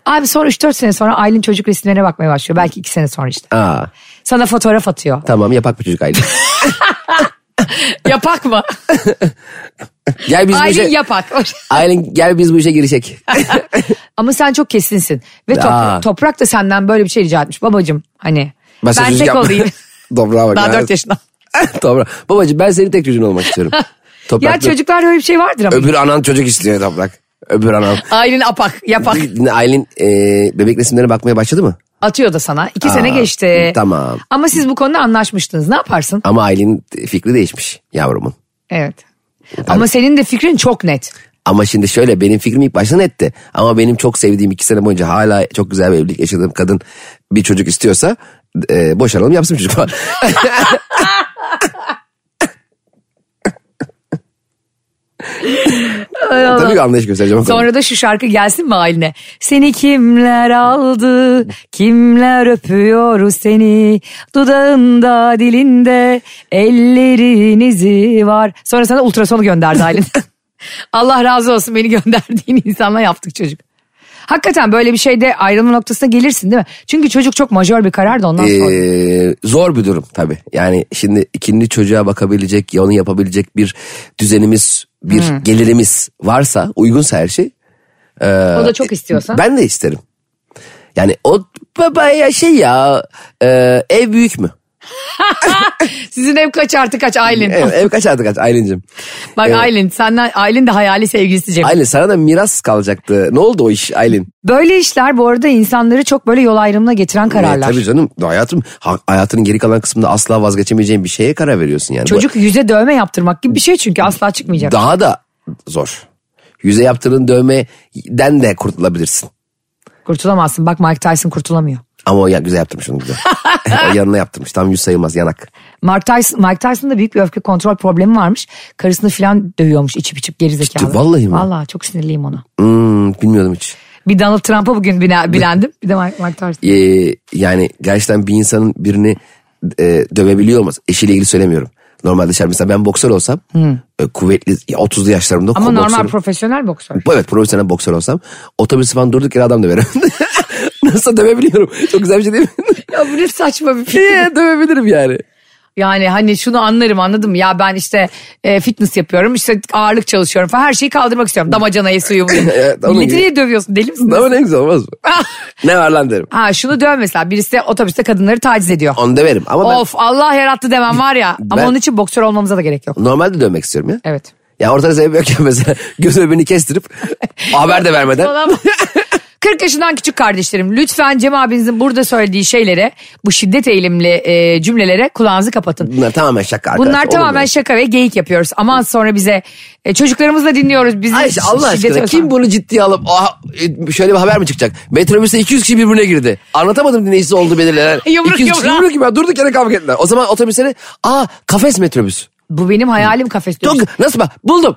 Speaker 2: Abi sonra 3-4 sene sonra Aylin çocuk resimlerine bakmaya başlıyor. Belki 2 sene sonra işte.
Speaker 3: Aa,
Speaker 2: Sana fotoğraf atıyor.
Speaker 3: tamam yapak bir çocuk aile.
Speaker 2: Yapak mı?
Speaker 3: gel biz bu işe...
Speaker 2: Aylin yapak.
Speaker 3: Aylin gel biz bu işe girişek.
Speaker 2: Ama sen çok kesinsin. Ve
Speaker 3: Aa.
Speaker 2: toprak, toprak da senden böyle bir şey rica etmiş. Babacım hani ben,
Speaker 3: sen çocuk
Speaker 2: tek
Speaker 3: yapma.
Speaker 2: olayım.
Speaker 3: Toprağa bak.
Speaker 2: Daha 4 yaşında.
Speaker 3: Toprağa. Babacığım ben senin tek çocuğun olmak istiyorum.
Speaker 2: Ya
Speaker 3: Toprak.
Speaker 2: çocuklar öyle bir şey vardır ama.
Speaker 3: Öbür anan çocuk istiyor Toprak. Öbür anan.
Speaker 2: Aylin apak yapak
Speaker 3: Aylin e, bebek resimlerine bakmaya başladı mı?
Speaker 2: atıyor da sana. 2
Speaker 3: Aa,
Speaker 2: sene geçti.
Speaker 3: tamam.
Speaker 2: Ama siz bu konuda anlaşmıştınız. Ne yaparsın?
Speaker 3: Ama Aylin fikri değişmiş yavrumun.
Speaker 2: Evet. Ama senin de fikrin çok net.
Speaker 3: Ama şimdi şöyle benim fikrim ilk başta netti. Ama benim çok sevdiğim iki sene boyunca hala çok güzel bir evlilik yaşadığım kadın bir çocuk istiyorsa e, boşanalım yapsın çocuk falan. Tabii ki anlayış göstereceğim. o konuda.
Speaker 2: Sonra da şu şarkı gelsin mi haline? Seni kimler aldı, kimler öpüyor seni, dudağında dilinde ellerinizi var. Sonra sana ultrasonu gönderdi Aylin. Allah razı olsun beni gönderdiğin insanla yaptık çocuk. Hakikaten böyle bir şeyde ayrılma noktasına gelirsin değil mi? Çünkü çocuk çok majör bir karar da ondan sonra.
Speaker 3: Ee, zor bir durum tabii. Yani şimdi ikinci çocuğa bakabilecek, onu yapabilecek bir düzenimiz, bir gelirimiz varsa, uygunsa her şey.
Speaker 2: o da çok istiyorsan.
Speaker 3: Ben de isterim. Yani o baba ya şey ya e, ev büyük mü?
Speaker 2: Sizin ev kaç artı kaç Aylin?
Speaker 3: Ev, ev kaç artık kaç Aylin'cim?
Speaker 2: Bak Aylin senden Aylin de hayali sevgilisi Cem.
Speaker 3: Aylin sana da miras kalacaktı. Ne oldu o iş Aylin? E,
Speaker 2: Böyle işler bu arada insanları çok böyle yol ayrımına getiren kararlar.
Speaker 3: Ee, tabii canım hayatım ha- hayatının geri kalan kısmında asla vazgeçemeyeceğin bir şeye karar veriyorsun yani. Bu
Speaker 2: Çocuk yüze dövme yaptırmak gibi bir şey çünkü asla çıkmayacak.
Speaker 3: daha da zor. Yüze yaptığın dövmeden de kurtulabilirsin.
Speaker 2: Kurtulamazsın. Bak Mike Tyson kurtulamıyor.
Speaker 3: Ama o ya- güzel yaptırmış onu güzel. o yanına yaptırmış. Tam yüz sayılmaz yanak.
Speaker 2: Mark Tyson, Mike Tyson'da büyük bir öfke kontrol problemi varmış. Karısını falan dövüyormuş içip içip gerizekalı.
Speaker 3: Ciddi, vallahi mi?
Speaker 2: Vallahi çok sinirliyim ona.
Speaker 3: Hmm, bilmiyordum hiç.
Speaker 2: Bir Donald Trump'a bugün bine- bilendim. Bir de Mike, Mike Tyson.
Speaker 3: Ee, yani gerçekten bir insanın birini e, dövebiliyor olması. Eşiyle ilgili söylemiyorum. Normal dışarı mesela ben boksör olsam e, kuvvetli ya 30'lu yaşlarımda
Speaker 2: Ama normal
Speaker 3: boksörüm.
Speaker 2: profesyonel boksör.
Speaker 3: Evet profesyonel boksör olsam otobüs falan durduk yere adam döverim. Nasıl dövebiliyorum? Çok güzel bir şey değil mi?
Speaker 2: ya bu ne saçma bir fikir.
Speaker 3: Niye dövebilirim yani?
Speaker 2: Yani hani şunu anlarım anladım mı? Ya ben işte e, fitness yapıyorum işte ağırlık çalışıyorum falan her şeyi kaldırmak istiyorum. Damacanayı suyu.
Speaker 3: Evet, onun
Speaker 2: Milleti
Speaker 3: gibi.
Speaker 2: niye dövüyorsun deli misin?
Speaker 3: Ama ne güzel olmaz mı? ne var lan derim.
Speaker 2: Ha şunu döv mesela birisi otobüste kadınları taciz ediyor.
Speaker 3: Onu döverim ama ben
Speaker 2: Of Allah yarattı demem var ya. Ama
Speaker 3: Ben-
Speaker 2: onun için boksör olmamıza da gerek yok.
Speaker 3: normalde dövmek istiyorum ya.
Speaker 2: Evet.
Speaker 3: Ya ortada sebep yok ya mesela göz öbeğini kestirip haber de vermeden.
Speaker 2: Falan- 40 yaşından küçük kardeşlerim lütfen Cem abinizin burada söylediği şeylere bu şiddet eğilimli e, cümlelere kulağınızı kapatın.
Speaker 3: Bunlar tamamen şaka arkadaşlar.
Speaker 2: Bunlar
Speaker 3: olur
Speaker 2: tamamen
Speaker 3: mu?
Speaker 2: şaka ve geyik yapıyoruz. Aman sonra bize e, çocuklarımızla dinliyoruz. Bizi
Speaker 3: Ayşe Allah
Speaker 2: şiddete
Speaker 3: aşkına
Speaker 2: özen-
Speaker 3: kim bunu ciddiye alıp aha, e, şöyle bir haber mi çıkacak? Metrobüste 200 kişi birbirine girdi. Anlatamadım dinleyicisi oldu belirlenen.
Speaker 2: Yumruk
Speaker 3: 200 kişi
Speaker 2: yumruğa.
Speaker 3: yumruk gibi durduk yere kavga ettiler. O zaman otobüsleri aa kafes metrobüs.
Speaker 2: Bu benim hayalim kafes
Speaker 3: Çok,
Speaker 2: dövüşü.
Speaker 3: nasıl bak buldum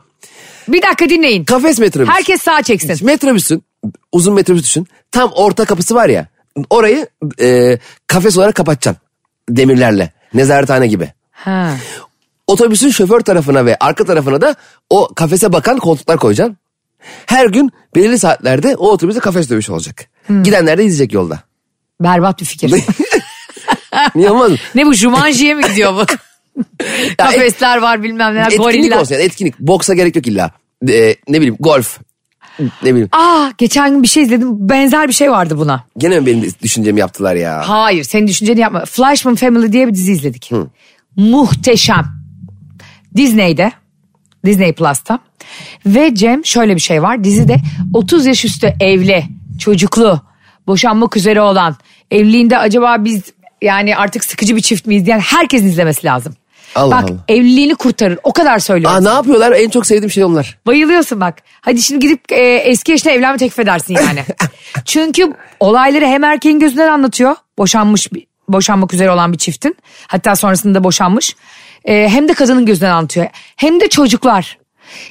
Speaker 2: Bir dakika dinleyin.
Speaker 3: kafes metrobüs.
Speaker 2: Herkes sağ çeksin.
Speaker 3: Metrobüsün uzun metrobüs düşün tam orta kapısı var ya orayı e, kafes olarak kapatacaksın demirlerle nezarethane gibi.
Speaker 2: Ha.
Speaker 3: Otobüsün şoför tarafına ve arka tarafına da o kafese bakan koltuklar koyacaksın. Her gün belirli saatlerde o otobüste kafes dövüşü olacak. Gidenler de izleyecek yolda.
Speaker 2: Berbat bir fikir.
Speaker 3: Niye olmaz mı?
Speaker 2: ne bu Jumanji'ye mi gidiyor bu? Kafesler var bilmem neler.
Speaker 3: etkinlik
Speaker 2: goriller.
Speaker 3: olsun yani etkinlik. Boksa gerek yok illa. Ee, ne bileyim golf. Ne bileyim.
Speaker 2: Aa geçen gün bir şey izledim. Benzer bir şey vardı buna.
Speaker 3: Gene mi benim düşüncemi yaptılar ya?
Speaker 2: Hayır senin düşünceni yapma. Flashman Family diye bir dizi izledik. Muhteşem. Disney'de. Disney Plus'ta. Ve Cem şöyle bir şey var. Dizide 30 yaş üstü evli, çocuklu, boşanmak üzere olan, evliliğinde acaba biz yani artık sıkıcı bir çift miyiz diyen herkesin izlemesi lazım.
Speaker 3: Allah
Speaker 2: Bak
Speaker 3: Allah.
Speaker 2: evliliğini kurtarır. O kadar söylüyorum.
Speaker 3: Aa, ne yapıyorlar? En çok sevdiğim şey onlar.
Speaker 2: Bayılıyorsun bak. Hadi şimdi gidip e, eski eşle evlenme teklif edersin yani. Çünkü olayları hem erkeğin gözünden anlatıyor. Boşanmış bir- boşanmak üzere olan bir çiftin. Hatta sonrasında boşanmış. E, hem de kadının gözünden anlatıyor. Hem de çocuklar.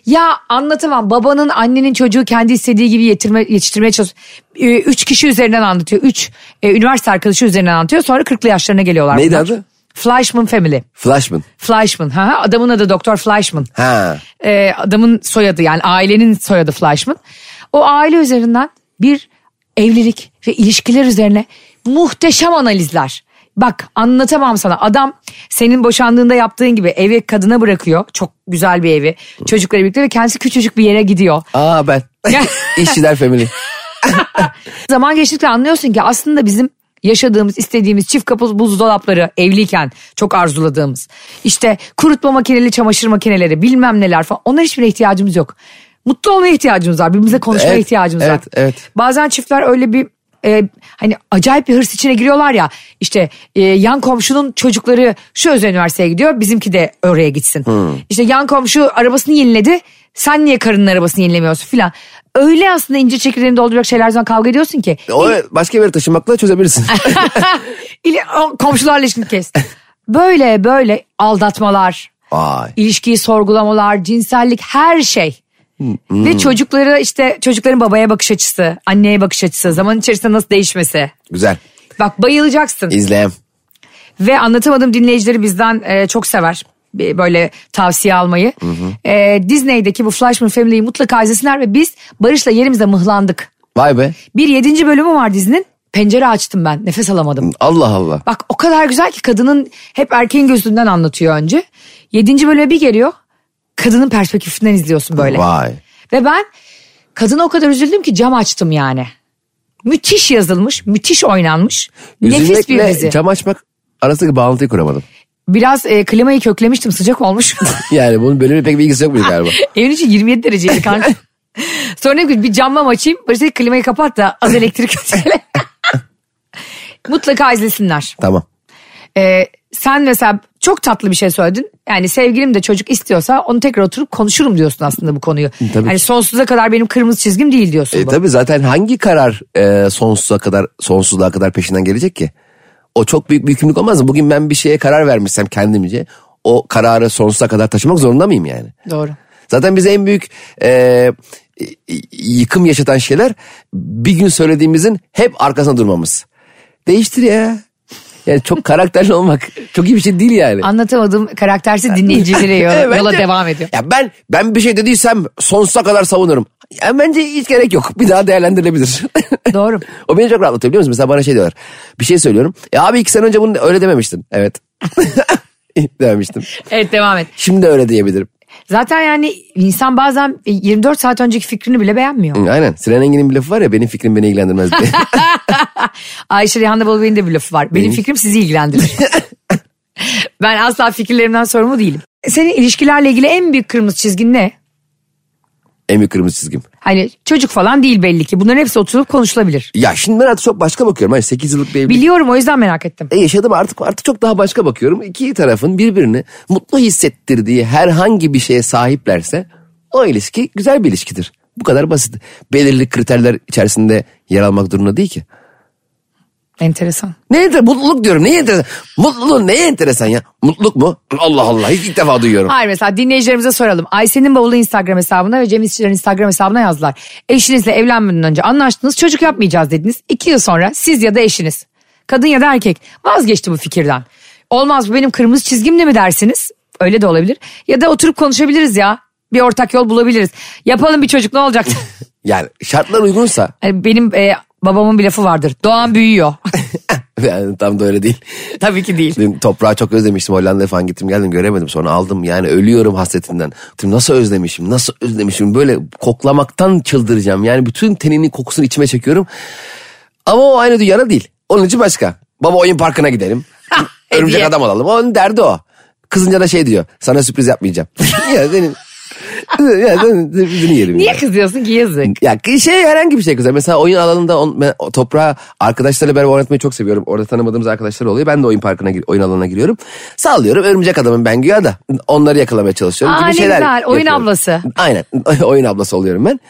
Speaker 2: Ya anlatamam babanın annenin çocuğu kendi istediği gibi yetirme, yetiştirmeye çalışıyor. E, üç kişi üzerinden anlatıyor. Üç e, üniversite arkadaşı üzerinden anlatıyor. Sonra 40'lı yaşlarına geliyorlar.
Speaker 3: Neydi
Speaker 2: bunlar.
Speaker 3: adı?
Speaker 2: Fleischman Family.
Speaker 3: Flashman.
Speaker 2: Fleischman. Ha, ha. adamın adı Doktor Fleischman
Speaker 3: Ha.
Speaker 2: e, adamın soyadı yani ailenin soyadı Fleischman. O aile üzerinden bir evlilik ve ilişkiler üzerine muhteşem analizler. Bak anlatamam sana adam senin boşandığında yaptığın gibi evi kadına bırakıyor. Çok güzel bir evi çocukları birlikte ve kendisi küçücük bir yere gidiyor.
Speaker 3: Aa ben.
Speaker 2: Ya.
Speaker 3: İşçiler family.
Speaker 2: Zaman geçtikçe anlıyorsun ki aslında bizim yaşadığımız, istediğimiz çift kapı buzdolapları evliyken çok arzuladığımız. işte kurutma makineli, çamaşır makineleri bilmem neler falan onlara hiçbirine ihtiyacımız yok. Mutlu olmaya ihtiyacımız var. Birbirimize konuşmaya
Speaker 3: Evet,
Speaker 2: ihtiyacımız var.
Speaker 3: evet, evet.
Speaker 2: Bazen çiftler öyle bir e, hani acayip bir hırs içine giriyorlar ya işte e, yan komşunun çocukları şu özel üniversiteye gidiyor bizimki de oraya gitsin. İşte yan komşu arabasını yeniledi sen niye karının arabasını yenilemiyorsun filan. Öyle aslında ince çekirdeğini dolduracak şeyler zaman kavga ediyorsun ki.
Speaker 3: O başka bir yere taşınmakla çözebilirsin.
Speaker 2: İli, o komşularla ilişkini kes. Böyle böyle aldatmalar,
Speaker 3: Vay.
Speaker 2: ilişkiyi sorgulamalar, cinsellik her şey. Ve çocuklara işte çocukların babaya bakış açısı, anneye bakış açısı, zaman içerisinde nasıl değişmesi.
Speaker 3: Güzel.
Speaker 2: Bak bayılacaksın.
Speaker 3: İzleyem.
Speaker 2: Ve anlatamadığım dinleyicileri bizden e, çok sever e, böyle tavsiye almayı. E, Disney'deki bu Flashman Family'yi mutlaka izlesinler ve biz Barış'la yerimize mıhlandık.
Speaker 3: Vay be.
Speaker 2: Bir yedinci bölümü var dizinin. Pencere açtım ben. Nefes alamadım.
Speaker 3: Allah Allah.
Speaker 2: Bak o kadar güzel ki kadının hep erkeğin gözünden anlatıyor önce. Yedinci bölüme bir geliyor. Kadının perspektifinden izliyorsun böyle.
Speaker 3: Vay.
Speaker 2: Ve ben kadına o kadar üzüldüm ki cam açtım yani. Müthiş yazılmış, müthiş oynanmış. nefis bir dizi.
Speaker 3: Üzülmekle cam açmak arasındaki bağlantıyı kuramadım.
Speaker 2: Biraz e, klimayı köklemiştim sıcak olmuş.
Speaker 3: Yani bunun bölümü pek bir ilgisi yok muydu galiba?
Speaker 2: Evin içi 27 dereceydi kanka. Sonra dedim ki bir camlam açayım. Barış dedi ki, klimayı kapat da az elektrik ötele. Mutlaka izlesinler.
Speaker 3: tamam.
Speaker 2: Ee, sen mesela çok tatlı bir şey söyledin. Yani sevgilim de çocuk istiyorsa onu tekrar oturup konuşurum diyorsun aslında bu konuyu.
Speaker 3: Tabii
Speaker 2: yani
Speaker 3: ki.
Speaker 2: sonsuza kadar benim kırmızı çizgim değil diyorsun.
Speaker 3: E,
Speaker 2: bu.
Speaker 3: tabii zaten hangi karar e, sonsuza kadar sonsuzluğa kadar peşinden gelecek ki? O çok büyük bir yükümlülük olmaz mı? Bugün ben bir şeye karar vermişsem kendimce o kararı sonsuza kadar taşımak zorunda mıyım yani?
Speaker 2: Doğru.
Speaker 3: Zaten bize en büyük e, y- yıkım yaşatan şeyler bir gün söylediğimizin hep arkasına durmamız. Değiştir ya. Yani çok karakterli olmak çok iyi bir şey değil yani.
Speaker 2: Anlatamadığım karaktersiz dinleyicilere yola,
Speaker 3: Evet,
Speaker 2: yola
Speaker 3: bence-
Speaker 2: devam ediyor.
Speaker 3: Ya ben ben bir şey dediysem sonsuza kadar savunurum. Ya bence hiç gerek yok. Bir daha değerlendirilebilir.
Speaker 2: Doğru.
Speaker 3: o beni çok rahatlatıyor biliyor musun? Mesela bana şey diyorlar. Bir şey söylüyorum. Ya abi iki sene önce bunu öyle dememiştin. Evet. dememiştim.
Speaker 2: Evet devam et.
Speaker 3: Şimdi de öyle diyebilirim.
Speaker 2: Zaten yani insan bazen 24 saat önceki fikrini bile beğenmiyor.
Speaker 3: Hı, Aynen. Sinan Engin'in bir lafı var ya benim fikrim beni ilgilendirmez diye.
Speaker 2: Ayşe Rihanna Bolu'nun de bir lafı var. Benim fikrim sizi ilgilendirir. ben asla fikirlerimden sorumlu değilim. E, Senin ilişkilerle ilgili en büyük kırmızı çizgin ne?
Speaker 3: en büyük kırmızı çizgim.
Speaker 2: Hani çocuk falan değil belli ki. Bunların hepsi oturup konuşulabilir.
Speaker 3: Ya şimdi ben artık çok başka bakıyorum. Hani 8 yıllık bir evlilik.
Speaker 2: Biliyorum o yüzden merak ettim.
Speaker 3: E yaşadım artık artık çok daha başka bakıyorum. İki tarafın birbirini mutlu hissettirdiği herhangi bir şeye sahiplerse o ilişki güzel bir ilişkidir. Bu kadar basit. Belirli kriterler içerisinde yer almak durumunda değil ki.
Speaker 2: Enteresan.
Speaker 3: Ne enter- mutluluk diyorum. Neye enteresan? Mutluluğun neye enteresan ya? Mutluluk mu? Allah Allah ilk, ilk defa duyuyorum.
Speaker 2: Hayır mesela dinleyicilerimize soralım. Ayşe'nin bavulu Instagram hesabına ve Cem İşçilerin Instagram hesabına yazdılar. Eşinizle evlenmeden önce anlaştınız çocuk yapmayacağız dediniz. İki yıl sonra siz ya da eşiniz kadın ya da erkek vazgeçti bu fikirden. Olmaz bu benim kırmızı çizgimle mi dersiniz? Öyle de olabilir. Ya da oturup konuşabiliriz ya. bir ortak yol bulabiliriz. Yapalım bir çocuk ne olacak?
Speaker 3: Yani şartlar uygunsa
Speaker 2: Hani benim e, babamın bir lafı vardır. Doğan büyüyor.
Speaker 3: yani tam da öyle değil.
Speaker 2: E, Tabii ki değil.
Speaker 3: Dün toprağı çok özlemiştim Hollanda'ya falan gittim geldim göremedim sonra aldım yani ölüyorum hasretinden. Dedim nasıl özlemişim nasıl özlemişim böyle koklamaktan çıldıracağım yani bütün teninin kokusunu içime çekiyorum. Ama o aynı dünyada değil onun için başka. Baba oyun parkına gidelim örümcek
Speaker 2: Hediye.
Speaker 3: adam alalım onun derdi o. Kızınca da şey diyor sana sürpriz yapmayacağım. ya benim ya senin sürprizini yerim.
Speaker 2: Niye
Speaker 3: ya.
Speaker 2: kızıyorsun ki yazık?
Speaker 3: Ya ki- şey herhangi bir şey güzel. Mesela oyun alanında on, ben o toprağa arkadaşlarla beraber oynatmayı çok seviyorum. Orada tanımadığımız arkadaşlar oluyor. Ben de oyun parkına gir- oyun alanına giriyorum. Sallıyorum örümcek adamım ben güya da onları yakalamaya çalışıyorum.
Speaker 2: Aa,
Speaker 3: gibi
Speaker 2: ne
Speaker 3: şeyler
Speaker 2: güzel. Oyun
Speaker 3: yapıyorum.
Speaker 2: ablası.
Speaker 3: Aynen oyun ablası oluyorum ben.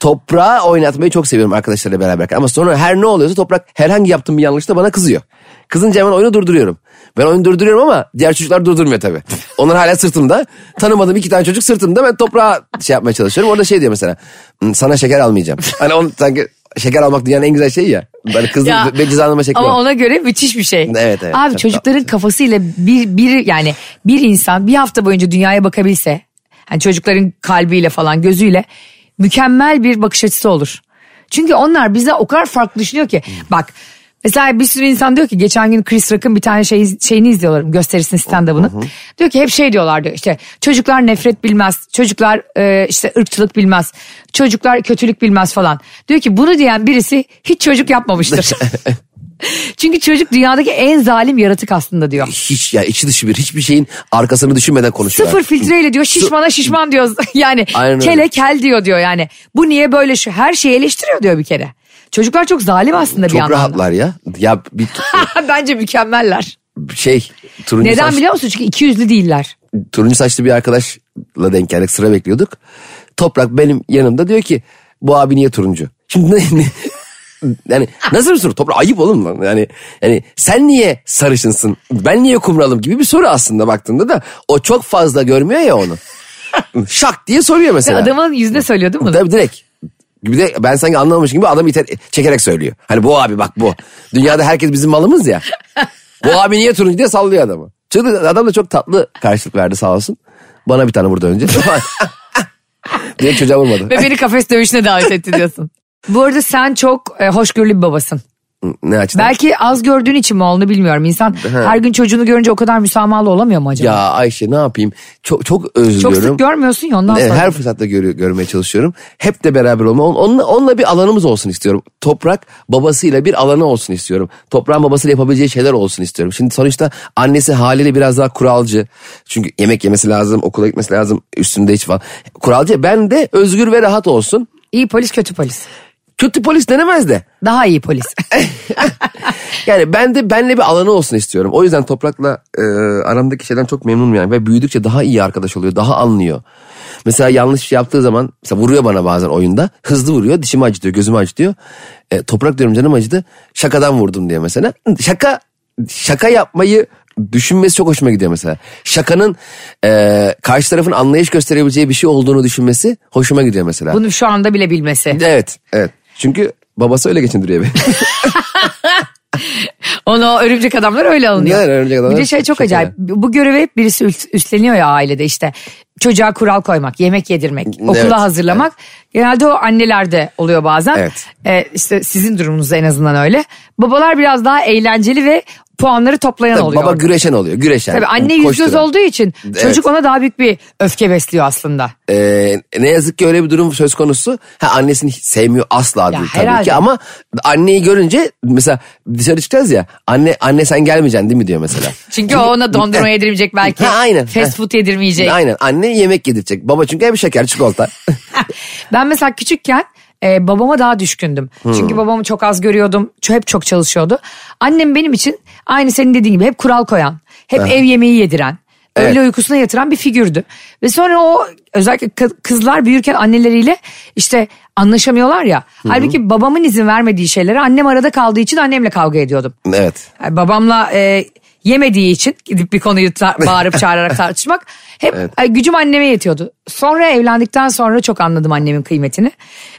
Speaker 3: Toprağa oynatmayı çok seviyorum arkadaşlarla beraber. Ama sonra her ne oluyorsa toprak herhangi yaptığım bir yanlışta bana kızıyor. Kızınca hemen oyunu durduruyorum. Ben oyunu durduruyorum ama diğer çocuklar durdurmuyor tabii. Onlar hala sırtımda. Tanımadığım iki tane çocuk sırtımda ben toprağa şey yapmaya çalışıyorum. Orada şey diyor mesela. "Hmm, Sana şeker almayacağım. Hani on, sanki şeker almak dünyanın en güzel şeyi ya. Ben kızdım
Speaker 2: Ya,
Speaker 3: ve cezalandırma şekli
Speaker 2: Ama
Speaker 3: o.
Speaker 2: ona göre müthiş bir şey.
Speaker 3: Evet, evet.
Speaker 2: Abi
Speaker 3: Çok
Speaker 2: çocukların kafasıyla bir, bir yani bir insan bir hafta boyunca dünyaya bakabilse hani çocukların kalbiyle falan gözüyle mükemmel bir bakış açısı olur. Çünkü onlar bize o kadar farklı düşünüyor ki
Speaker 3: Hmm.
Speaker 2: bak mesela bir sürü insan diyor ki geçen gün Chris Rock'ın bir tane şey, şeyini izliyorlar gösterisini stand-up'ını. Diyor ki hep şey diyorlar diyor işte çocuklar nefret bilmez çocuklar e, işte ırkçılık bilmez çocuklar kötülük bilmez falan. Diyor ki bunu diyen birisi hiç çocuk yapmamıştır. Çünkü çocuk dünyadaki en zalim yaratık aslında diyor.
Speaker 3: Hiç ya içi dışı bir hiçbir şeyin arkasını düşünmeden konuşuyorlar.
Speaker 2: Sıfır filtreyle diyor şişmana şişman diyor. Yani
Speaker 3: Aynen öyle.
Speaker 2: kele kel diyor diyor yani. Bu niye böyle şu her şeyi eleştiriyor diyor bir kere. Çocuklar çok zalim aslında bir
Speaker 3: Çok
Speaker 2: yandan. da.
Speaker 3: rahatlar ya. Ya bir
Speaker 2: Bence mükemmeller.
Speaker 3: şey turuncu
Speaker 2: Neden
Speaker 3: saç-
Speaker 2: biliyor musun? Çünkü iki yüzlü değiller.
Speaker 3: turuncu saçlı bir arkadaşla denk geldik sıra bekliyorduk. Toprak benim yanımda diyor ki bu abi niye turuncu? Şimdi ne- ne- yani nasıl bir soru? Toprak ayıp oğlum lan. Yani, yani sen niye sarışınsın? Ben niye kumralım gibi bir soru aslında baktığında da o çok fazla görmüyor ya onu. Şak diye soruyor mesela.
Speaker 2: Adamın yüzüne söylüyor değil mi?
Speaker 3: Tabii direkt. Bir de ben sanki anlamamış gibi adam iter, çekerek söylüyor. Hani bu abi bak bu. Dünyada herkes bizim malımız ya. Bu abi niye turuncu diye sallıyor adamı. Çünkü adam da çok tatlı karşılık verdi sağ olsun. Bana bir tane vurdu önce. diye çocuğa vurmadı.
Speaker 2: Ve beni kafes dövüşüne davet etti diyorsun. Bu arada sen çok e, hoşgörülü bir babasın.
Speaker 3: ne açıdan?
Speaker 2: Belki az gördüğün için mi onu bilmiyorum. İnsan her gün çocuğunu görünce o kadar müsamahalı olamıyor mu acaba?
Speaker 3: Ya Ayşe ne yapayım? Çok çok
Speaker 2: çok
Speaker 3: özlüyorum.
Speaker 2: sık görmüyorsun ya ondan
Speaker 3: Evet,
Speaker 2: sonra.
Speaker 3: E, her fırsatta görü- görmeye çalışıyorum. Hep de beraber olma. On- Onunla, onunla bir alanımız olsun istiyorum. Toprak babasıyla bir alanı olsun istiyorum. Toprağın babasıyla yapabileceği şeyler olsun istiyorum. Şimdi sonuçta annesi haliyle biraz daha kuralcı. Çünkü yemek yemesi lazım, okula gitmesi lazım, üstünde hiç falan. Kuralcı ben de özgür ve rahat olsun.
Speaker 2: İyi polis kötü polis.
Speaker 3: Kötü polis denemez de.
Speaker 2: Daha iyi polis.
Speaker 3: Yani ben de benle bir alanı olsun istiyorum. O yüzden Toprak'la e, aramdaki şeyden çok memnunum yani. Ve büyüdükçe daha iyi arkadaş oluyor. Daha anlıyor. Mesela yanlış bir şey yaptığı zaman mesela vuruyor bana bazen oyunda. Hızlı vuruyor. Dişimi acıtıyor. Gözümü acıtıyor. E, toprak diyorum canım acıdı. Şakadan vurdum diye mesela. Şaka şaka yapmayı düşünmesi çok hoşuma gidiyor mesela. Şakanın e, karşı tarafın anlayış gösterebileceği bir şey olduğunu düşünmesi hoşuma gidiyor mesela.
Speaker 2: Bunu şu anda bile bilmesi.
Speaker 3: Evet. Evet. Çünkü babası öyle geçindiriyor beni.
Speaker 2: Onu örümcek adamlar öyle alınıyor.
Speaker 3: Yani örümcek adamlar
Speaker 2: Bir de şey çok
Speaker 3: çok
Speaker 2: acayip. Bu görevi hep birisi üst- üstleniyor ya ailede işte. Çocuğa kural koymak, yemek yedirmek, okula
Speaker 3: Evet,
Speaker 2: hazırlamak. Genelde o annelerde oluyor bazen.
Speaker 3: Evet.
Speaker 2: Ee, işte sizin durumunuzda en azından öyle. Babalar biraz daha eğlenceli ve puanları toplayan
Speaker 3: Tabii
Speaker 2: oluyor.
Speaker 3: baba
Speaker 2: orada.
Speaker 3: güreşen oluyor. Güreşen.
Speaker 2: Tabii anne yüz göz
Speaker 3: koşturan.
Speaker 2: olduğu için
Speaker 3: Evet.
Speaker 2: çocuk ona daha büyük bir öfke besliyor aslında.
Speaker 3: Ee, ne yazık ki öyle bir durum söz konusu. Ha, annesini hiç sevmiyor asla değil tabii
Speaker 2: herhalde.
Speaker 3: ki ama anneyi görünce mesela dışarı çıkacağız ya anne anne sen gelmeyeceksin değil mi diyor mesela.
Speaker 2: Çünkü o ona dondurma yedirmeyecek belki.
Speaker 3: Ha, aynen.
Speaker 2: Fast food yedirmeyecek.
Speaker 3: Aynen anne yemek yedirecek. Baba çünkü hep şeker çikolata.
Speaker 2: Ben mesela küçükken e, babama daha düşkündüm. Çünkü babamı çok az görüyordum. Ç- Hep çok çalışıyordu. Annem benim için aynı senin dediğin gibi hep kural koyan, hep ev yemeği yediren, öyle öğle
Speaker 3: Evet.
Speaker 2: uykusuna yatıran bir figürdü. Ve sonra o özellikle kı- kızlar büyürken anneleriyle işte anlaşamıyorlar ya. Halbuki babamın izin vermediği şeylere annem arada kaldığı için annemle kavga ediyordum.
Speaker 3: evet.
Speaker 2: Yani babamla e, yemediği için gidip bir konuyu tar- bağırıp çağırarak tartışmak hep ay, gücüm anneme yetiyordu. Sonra evlendikten sonra çok anladım annemin kıymetini.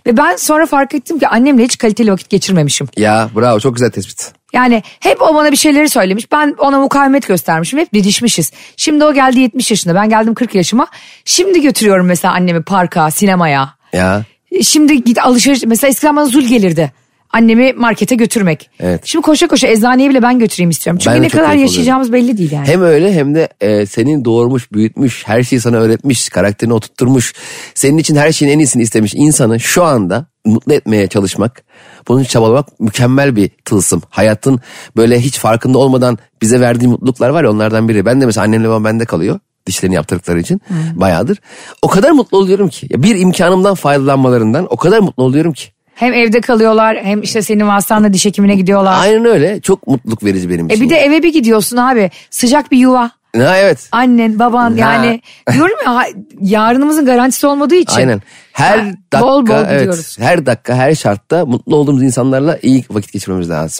Speaker 2: Ve ben sonra fark ettim ki annemle hiç kaliteli vakit geçirmemişim.
Speaker 3: Ya bravo çok güzel tespit.
Speaker 2: Yani hep o bana bir şeyleri söylemiş. Ben ona mukavemet göstermişim. Hep didişmişiz. Şimdi o geldi 70 yaşında. Ben geldim 40 yaşıma. Şimdi götürüyorum mesela annemi parka, sinemaya.
Speaker 3: Ya.
Speaker 2: Şimdi git alışveriş mesela eskiden bana zul gelirdi. Annemi markete götürmek.
Speaker 3: Evet.
Speaker 2: Şimdi koşa koşa eczaneye bile ben götüreyim istiyorum. Çünkü
Speaker 3: Ben de
Speaker 2: ne
Speaker 3: çok
Speaker 2: kadar
Speaker 3: keyif
Speaker 2: yaşayacağımız belli değil yani.
Speaker 3: Hem öyle hem de e, senin doğurmuş, büyütmüş, her şeyi sana öğretmiş, karakterini oturtturmuş, senin için her şeyin en iyisini istemiş insanı şu anda mutlu etmeye çalışmak, bunun için çabalamak mükemmel bir tılsım. Hayatın böyle hiç farkında olmadan bize verdiği mutluluklar var ya onlardan biri. Ben de mesela annemle babam bende kalıyor dişlerini yaptırdıkları için bayağıdır. O kadar mutlu oluyorum ki. Ya bir imkanımdan faydalanmalarından o kadar mutlu oluyorum ki.
Speaker 2: Hem evde kalıyorlar hem işte senin vasıtanla diş hekimine gidiyorlar.
Speaker 3: Aynen öyle. Çok mutluluk verici benim
Speaker 2: E
Speaker 3: için.
Speaker 2: bir de eve bir gidiyorsun abi. Sıcak bir yuva.
Speaker 3: Ha, evet.
Speaker 2: Annen, baban
Speaker 3: Ha.
Speaker 2: yani diyorum ya ha- yarınımızın garantisi olmadığı için.
Speaker 3: Aynen. Her
Speaker 2: Şey, Ha,
Speaker 3: dakika
Speaker 2: bol bol
Speaker 3: evet,
Speaker 2: gidiyoruz.
Speaker 3: her dakika her şartta mutlu olduğumuz insanlarla iyi vakit geçirmemiz lazım.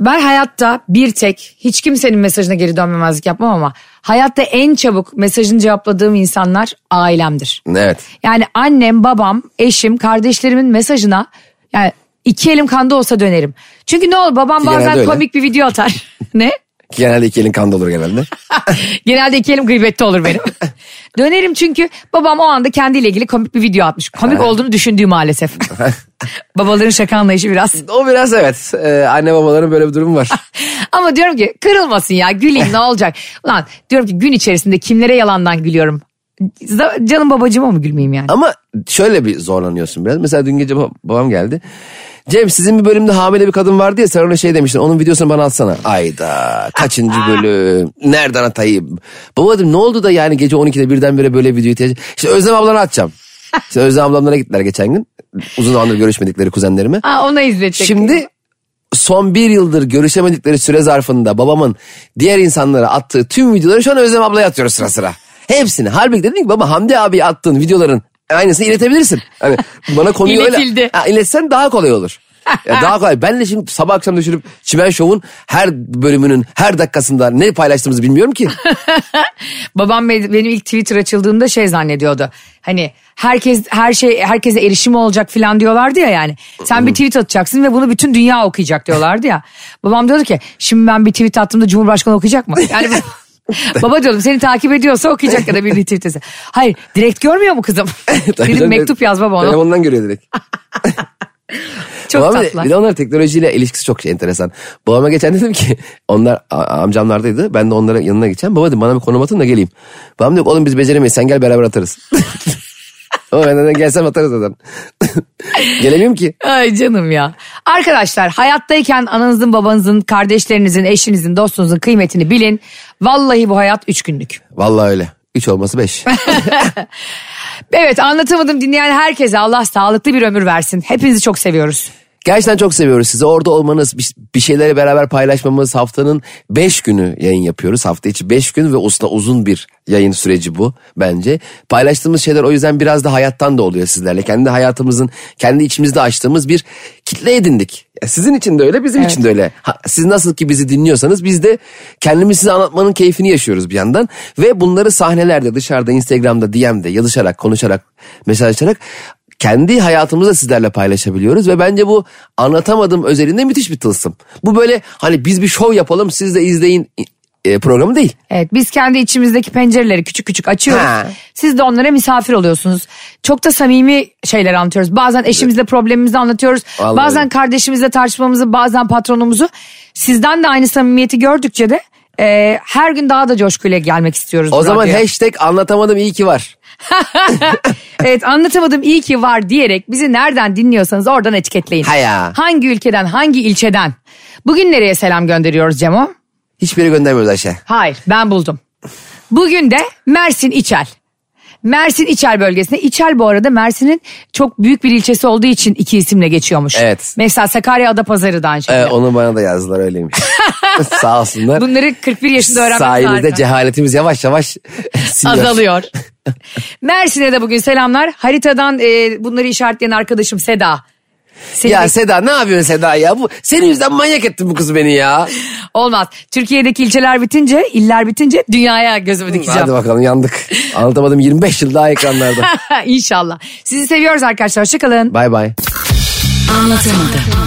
Speaker 2: Ben hayatta bir tek hiç kimsenin mesajına geri dönmemezlik yapmam ama hayatta en çabuk mesajını cevapladığım insanlar ailemdir.
Speaker 3: Evet.
Speaker 2: Yani annem, babam, eşim, kardeşlerimin mesajına yani iki elim kanda olsa dönerim. Çünkü ne olur babam
Speaker 3: Genelde
Speaker 2: bazen
Speaker 3: öyle.
Speaker 2: komik bir video atar. ne?
Speaker 3: Ki Genelde iki elin kanda olur genelde.
Speaker 2: Genelde iki elim gıybette olur benim. Dönerim çünkü babam o anda kendiyle ilgili komik bir video atmış. Komik olduğunu düşündüğü maalesef. Babaların şaka anlayışı biraz.
Speaker 3: o biraz evet. Ee, anne babaların böyle bir durumu var.
Speaker 2: Ama diyorum ki kırılmasın ya güleyim ne olacak. Ulan diyorum ki gün içerisinde kimlere yalandan gülüyorum. Z- Canım babacığıma mı gülmeyeyim yani?
Speaker 3: Ama şöyle bir zorlanıyorsun biraz. Mesela dün gece bab- babam geldi. Cem sizin bir bölümde hamile bir kadın vardı ya sen ona şey demiştin onun videosunu bana atsana. Ayda kaçıncı bölüm nereden atayım. Baba dedim ne oldu da yani gece 12'de birdenbire böyle video ihtiyacı. İşte Özlem ablana atacağım. İşte Özlem ablamlara gittiler geçen gün. Uzun zamandır görüşmedikleri kuzenlerime.
Speaker 2: Aa, ona izletecek.
Speaker 3: Şimdi son bir yıldır görüşemedikleri süre zarfında babamın diğer insanlara attığı tüm videoları şu an Özlem ablaya atıyoruz sıra sıra. Hepsini. Halbuki dedim ki baba Hamdi abi attığın videoların aynısını iletebilirsin. Hani bana konuyu öyle
Speaker 2: İletildi.
Speaker 3: ha, iletsen daha kolay olur. Ya daha kolay. Ben de şimdi sabah akşam düşünüp Çimen Show'un her bölümünün her dakikasında ne paylaştığımızı bilmiyorum ki.
Speaker 2: Babam be- benim ilk Twitter açıldığında şey zannediyordu. Hani herkes her şey herkese erişim olacak falan diyorlardı ya yani. Sen bir tweet atacaksın ve bunu bütün dünya okuyacak diyorlardı ya. Babam diyordu ki şimdi ben bir tweet attığımda Cumhurbaşkanı okuyacak mı? Yani bu- Baba diyordum seni takip ediyorsa okuyacak ya da bir tweet etse. Hayır direkt görmüyor mu kızım? Dedim mektup yaz baba ona.
Speaker 3: Telefondan görüyor direkt.
Speaker 2: Çok
Speaker 3: Babam bir de-
Speaker 2: tatlılar.
Speaker 3: Bir de onlar teknolojiyle ilişkisi çok şey, enteresan. Babama geçen dedim ki onlar a- amcamlardaydı. Ben de onlara yanına geçen. Baba dedim bana bir konum atın da geleyim. Babam diyor ki, oğlum biz beceremeyiz sen gel beraber atarız. Ama ben zaten gelsem atarız zaten. Gelemiyorum ki.
Speaker 2: Ay canım ya. Arkadaşlar hayattayken ananızın, babanızın, kardeşlerinizin, eşinizin, dostunuzun kıymetini bilin. Vallahi bu hayat üç günlük.
Speaker 3: Vallahi öyle. Üç olması beş.
Speaker 2: Evet anlatamadım dinleyen herkese Allah sağlıklı bir ömür versin. Hepinizi çok seviyoruz.
Speaker 3: Gerçekten çok seviyoruz sizi. Orada olmanız, bir- bir şeyleri beraber paylaşmamız haftanın 5 günü yayın yapıyoruz. Hafta içi 5 gün ve usta uzun bir yayın süreci bu bence. Paylaştığımız şeyler o yüzden biraz da hayattan da oluyor sizlerle. Kendi hayatımızın, kendi içimizde açtığımız bir kitle edindik. Ya Sizin için de öyle, bizim için de öyle. Ha, Siz nasıl ki bizi dinliyorsanız biz de kendimizi size anlatmanın keyfini yaşıyoruz bir yandan. Ve bunları sahnelerde, dışarıda, Instagram'da, DM'de yazışarak, konuşarak, mesajlaşarak kendi hayatımızı da sizlerle paylaşabiliyoruz ve bence bu anlatamadığım özelinde müthiş bir tılsım. Bu böyle hani biz bir şov yapalım siz de izleyin e, programı değil.
Speaker 2: Evet biz kendi içimizdeki pencereleri küçük küçük açıyoruz.
Speaker 3: Ha.
Speaker 2: Siz de onlara misafir oluyorsunuz. Çok da samimi şeyler anlatıyoruz. Bazen eşimizle problemimizi anlatıyoruz.
Speaker 3: Vallahi.
Speaker 2: Bazen kardeşimizle tartışmamızı, bazen patronumuzu. Sizden de aynı samimiyeti gördükçe de e, her gün daha da coşkuyla gelmek istiyoruz.
Speaker 3: O
Speaker 2: bu
Speaker 3: zaman
Speaker 2: radyoya.
Speaker 3: hashtag anlatamadım iyi ki var.
Speaker 2: Evet anlatamadım iyi ki var diyerek bizi nereden dinliyorsanız oradan etiketleyin.
Speaker 3: Haya.
Speaker 2: Hangi ülkeden, hangi ilçeden? Bugün nereye selam gönderiyoruz Cemo?
Speaker 3: Hiçbiri göndermiyoruz Ayşe.
Speaker 2: Hayır ben buldum. Bugün de Mersin İçel. Mersin İçel bölgesinde. İçel bu arada Mersin'in çok büyük bir ilçesi olduğu için iki isimle geçiyormuş.
Speaker 3: Evet.
Speaker 2: Mesela Sakarya Adapazarı da aynı
Speaker 3: E,
Speaker 2: şekilde.
Speaker 3: onu bana da yazdılar öyleymiş. Sağ olsunlar.
Speaker 2: Bunları 41 yaşında öğrenmek
Speaker 3: Sayenizde
Speaker 2: harika.
Speaker 3: cehaletimiz yavaş yavaş siniyor.
Speaker 2: azalıyor. Mersin'e de bugün selamlar. Haritadan e, bunları işaretleyen arkadaşım Seda. Seni
Speaker 3: Ya
Speaker 2: de-
Speaker 3: Seda ne yapıyorsun Seda ya? Bu, senin yüzünden manyak ettin bu kızı beni ya.
Speaker 2: Olmaz. Türkiye'deki ilçeler bitince, iller bitince dünyaya gözümü dikeceğim.
Speaker 3: Hadi bakalım yandık. Anlatamadım 25 yıl daha ekranlarda.
Speaker 2: İnşallah. Sizi seviyoruz arkadaşlar. Hoşçakalın.
Speaker 3: Bay bay.
Speaker 4: Anlatamadım.